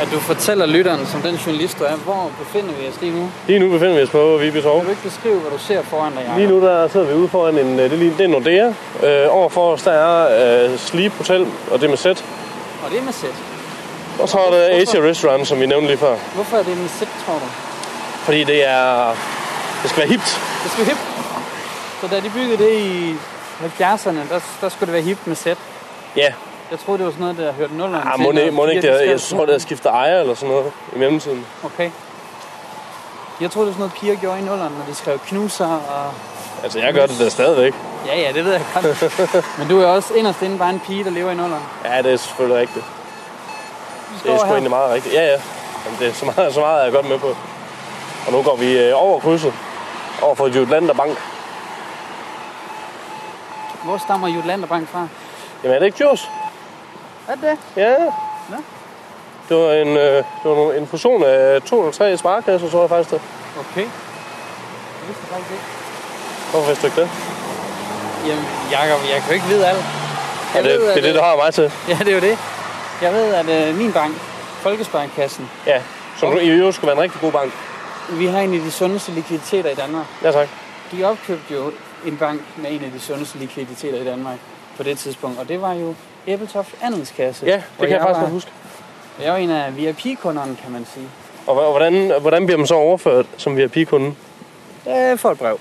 [SPEAKER 5] at du fortæller lytteren, som den journalist du er, hvor befinder vi os lige nu?
[SPEAKER 6] Lige nu befinder vi os på Viby Torv.
[SPEAKER 5] Kan du ikke beskrive, hvad du ser foran dig, Jacob?
[SPEAKER 6] Lige nu der sidder vi ude foran en, øh, det er lige- det er en Nordea. Øh, overfor os der er øh, Sleep Hotel, og det er med sæt.
[SPEAKER 5] Og det er med sæt.
[SPEAKER 6] Og så er der Asia Restaurant, som vi nævnte lige før.
[SPEAKER 5] Hvorfor er det med sæt, tror du?
[SPEAKER 6] Fordi det er... Det skal være hipt.
[SPEAKER 5] Det skal hip. Så da de byggede det i 70'erne, der, der skulle det være hip med sæt.
[SPEAKER 6] Ja,
[SPEAKER 5] Jeg troede, det var sådan noget, der hørte nullerne
[SPEAKER 4] Ah, må, ikke, må ikke, det er, jeg tror, det er skiftet ejer eller sådan noget i mellemtiden.
[SPEAKER 5] Okay. Jeg troede, det var sådan noget, piger gjorde i nullerne, når de skrev knuser og...
[SPEAKER 4] Altså, jeg gør det da stadigvæk.
[SPEAKER 5] Ja, ja, det ved jeg
[SPEAKER 4] (laughs)
[SPEAKER 5] godt. Men du er også inderst inde bare en pige, der lever i nullerne.
[SPEAKER 4] Ja, det er selvfølgelig rigtigt. Det
[SPEAKER 5] Du
[SPEAKER 4] er
[SPEAKER 5] står
[SPEAKER 4] sgu
[SPEAKER 5] her.
[SPEAKER 4] egentlig meget rigtigt. Ja, ja. Jamen, det er så meget, så meget er jeg godt med på. Og nu går vi øh, over krydset. Over for Jutlander Bank.
[SPEAKER 5] Hvor stammer Jutlander Bank fra?
[SPEAKER 4] Jamen, er det ikke Djurs?
[SPEAKER 5] Er det?
[SPEAKER 4] Ja.
[SPEAKER 5] Nå.
[SPEAKER 4] Det var en, øh, det var nogle- en fusion af to eller tre sparekasser, tror jeg faktisk det.
[SPEAKER 5] Okay. Jeg vidste faktisk ikke.
[SPEAKER 4] Hvorfor vidste du ikke det?
[SPEAKER 5] Jamen, Jacob, jeg kan jo ikke vide alt.
[SPEAKER 4] Og det, det er det, du har mig til.
[SPEAKER 5] Ja, det er jo det. Jeg ved, at øh, min bank, Folkesparekassen,
[SPEAKER 4] Ja. Som du i øvrigt skulle være en rigtig god bank.
[SPEAKER 5] vi har en af de sundeste likviditeter i Danmark.
[SPEAKER 4] Ja, tak.
[SPEAKER 5] De opkøbte jo en bank med en af de sundeste likviditeter i Danmark på det tidspunkt, og det var jo Æbeltoft Andelskasse.
[SPEAKER 4] Ja, det
[SPEAKER 5] hvor
[SPEAKER 4] kan jeg faktisk
[SPEAKER 5] var,
[SPEAKER 4] godt huske.
[SPEAKER 5] Jeg var en af VIP-kunderne, kan man sige.
[SPEAKER 4] Og hva- og hvordan, hvordan bliver man så overført som VIP-kunde?
[SPEAKER 5] Ja, får et brev.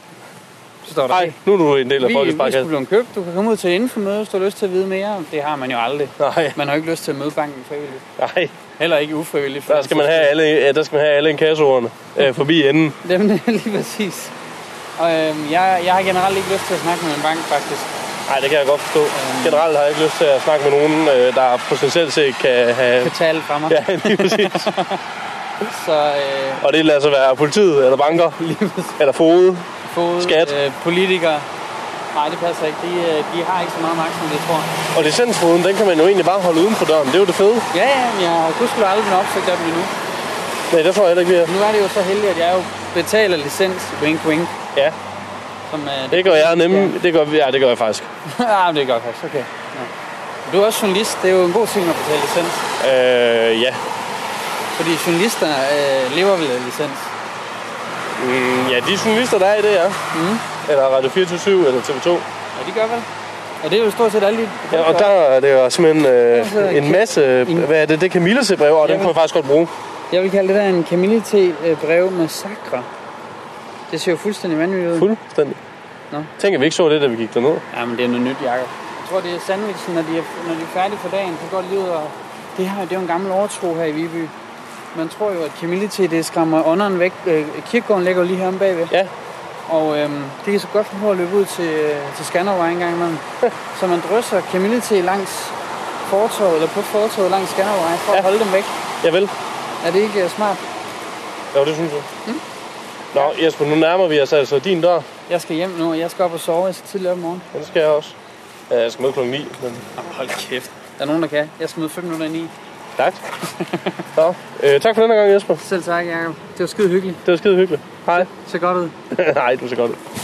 [SPEAKER 5] Så står der
[SPEAKER 4] Nej,
[SPEAKER 5] det.
[SPEAKER 4] nu er du en del af
[SPEAKER 5] Vi, vi skulle
[SPEAKER 4] Folkesparkassen.
[SPEAKER 5] blive købt. Du kan komme ud til et infomøde, hvis du har lyst til at vide mere. Det har man jo aldrig.
[SPEAKER 4] Nej,
[SPEAKER 5] Man har jo ikke lyst til at møde banken frivilligt.
[SPEAKER 4] nej.
[SPEAKER 5] Heller ikke ufrivilligt. for
[SPEAKER 4] Der
[SPEAKER 5] den
[SPEAKER 4] skal man
[SPEAKER 5] sags
[SPEAKER 4] have alle, ja, der skal man have alle inkassoerne øh, forbi enden.
[SPEAKER 5] Dem der, (laughs) lige præcis. Og øhm, jeg, jeg har generelt ikke lyst til at snakke med en bank, faktisk.
[SPEAKER 4] Nej, det kan jeg godt forstå. Generelt har jeg ikke lyst til at snakke med nogen, øh, der potentielt set kan have...
[SPEAKER 5] Betale fra mig.
[SPEAKER 4] Ja, lige præcis.
[SPEAKER 5] Så øh,
[SPEAKER 4] Og det lader sig være politiet, eller banker,
[SPEAKER 5] lige præcis.
[SPEAKER 4] eller fode.
[SPEAKER 5] Fod,
[SPEAKER 4] Skat.
[SPEAKER 5] Øh, politikere. Nej, det passer ikke. De, øh, de har ikke så meget magt, som de tror.
[SPEAKER 4] Og licensfoden, den kan man jo egentlig bare holde uden for døren. Det er jo det fede.
[SPEAKER 5] Ja, ja, men jeg har gudskelov aldrig blevet opsøgt af dem endnu.
[SPEAKER 4] Nej, det tror jeg heller ikke, vi er.
[SPEAKER 5] Nu er det jo så heldigt, at jeg jo betaler licens. Wink, wink.
[SPEAKER 4] Ja,
[SPEAKER 5] Som, øh,
[SPEAKER 4] det gør
[SPEAKER 5] (laughs)
[SPEAKER 4] jeg nemlig. Det gør, vi- ja, det gør jeg faktisk.
[SPEAKER 5] ja, men det er godt faktisk. Okay. Ja. Du er også journalist. Det er jo en god ting at betale licens.
[SPEAKER 4] Øh, ja.
[SPEAKER 5] Fordi journalister øh, lever vel af licens.
[SPEAKER 4] Mm, ja, de journalister, der er i det, ja.
[SPEAKER 5] Mm.
[SPEAKER 4] Eller Radio 24 eller TV2.
[SPEAKER 5] Ja, de gør vel. Og det er jo stort set alle de...
[SPEAKER 4] Ja, og der er det jo simpelthen
[SPEAKER 5] Altså,
[SPEAKER 4] øh, en masse...
[SPEAKER 5] en-
[SPEAKER 4] Hvad er det? Det er Camilles brev, og den
[SPEAKER 5] Jamen.
[SPEAKER 4] kunne jeg faktisk godt bruge.
[SPEAKER 5] Jeg vil kalde det der en Camille T-brev med sakra. Det ser jo fuldstændig vanvittigt ud.
[SPEAKER 4] Fuldstændig.
[SPEAKER 5] Nå.
[SPEAKER 4] Tænk, at vi ikke så det, da vi gik derned.
[SPEAKER 5] Ja, men det er noget nyt, Jacob. Jeg tror, det er sandwichen, når de er, når de er færdige for dagen, så går de lige ud og... Det her det er jo en gammel overtro her i Viby. Man tror jo, at Camille T, det skræmmer ånderen væk. Øh, kirkegården ligger jo lige her om bagved.
[SPEAKER 4] Ja.
[SPEAKER 5] Og øhm, det kan så godt finde på at løbe ud til, øh, til Skandervej en gang (laughs) imellem. så man drysser Camille T langs fortovet, eller på fortovet langs Skandervej, for ja.
[SPEAKER 4] Ja.
[SPEAKER 5] at holde dem væk.
[SPEAKER 4] Ja vel.
[SPEAKER 5] Er det ikke øh, smart?
[SPEAKER 4] Jo, det synes jeg. Nå, Jesper, nu nærmer vi os altså din dør.
[SPEAKER 5] Jeg skal hjem nu, og jeg skal op og sove. Jeg skal tidligt op i morgen.
[SPEAKER 4] Ja, det skal jeg også. Ja, jeg skal møde klokken 9, men
[SPEAKER 5] Hold kæft. Der er nogen, der kan. Jeg smed 5 minutter ind i.
[SPEAKER 4] tak. Nå, øh, tak for denne gang, Jesper.
[SPEAKER 5] Selv tak, Jacob. Det var skide hyggeligt.
[SPEAKER 4] Det var skide hyggeligt. Hej.
[SPEAKER 5] Så godt ud.
[SPEAKER 4] (laughs) Nej, du ser godt ud.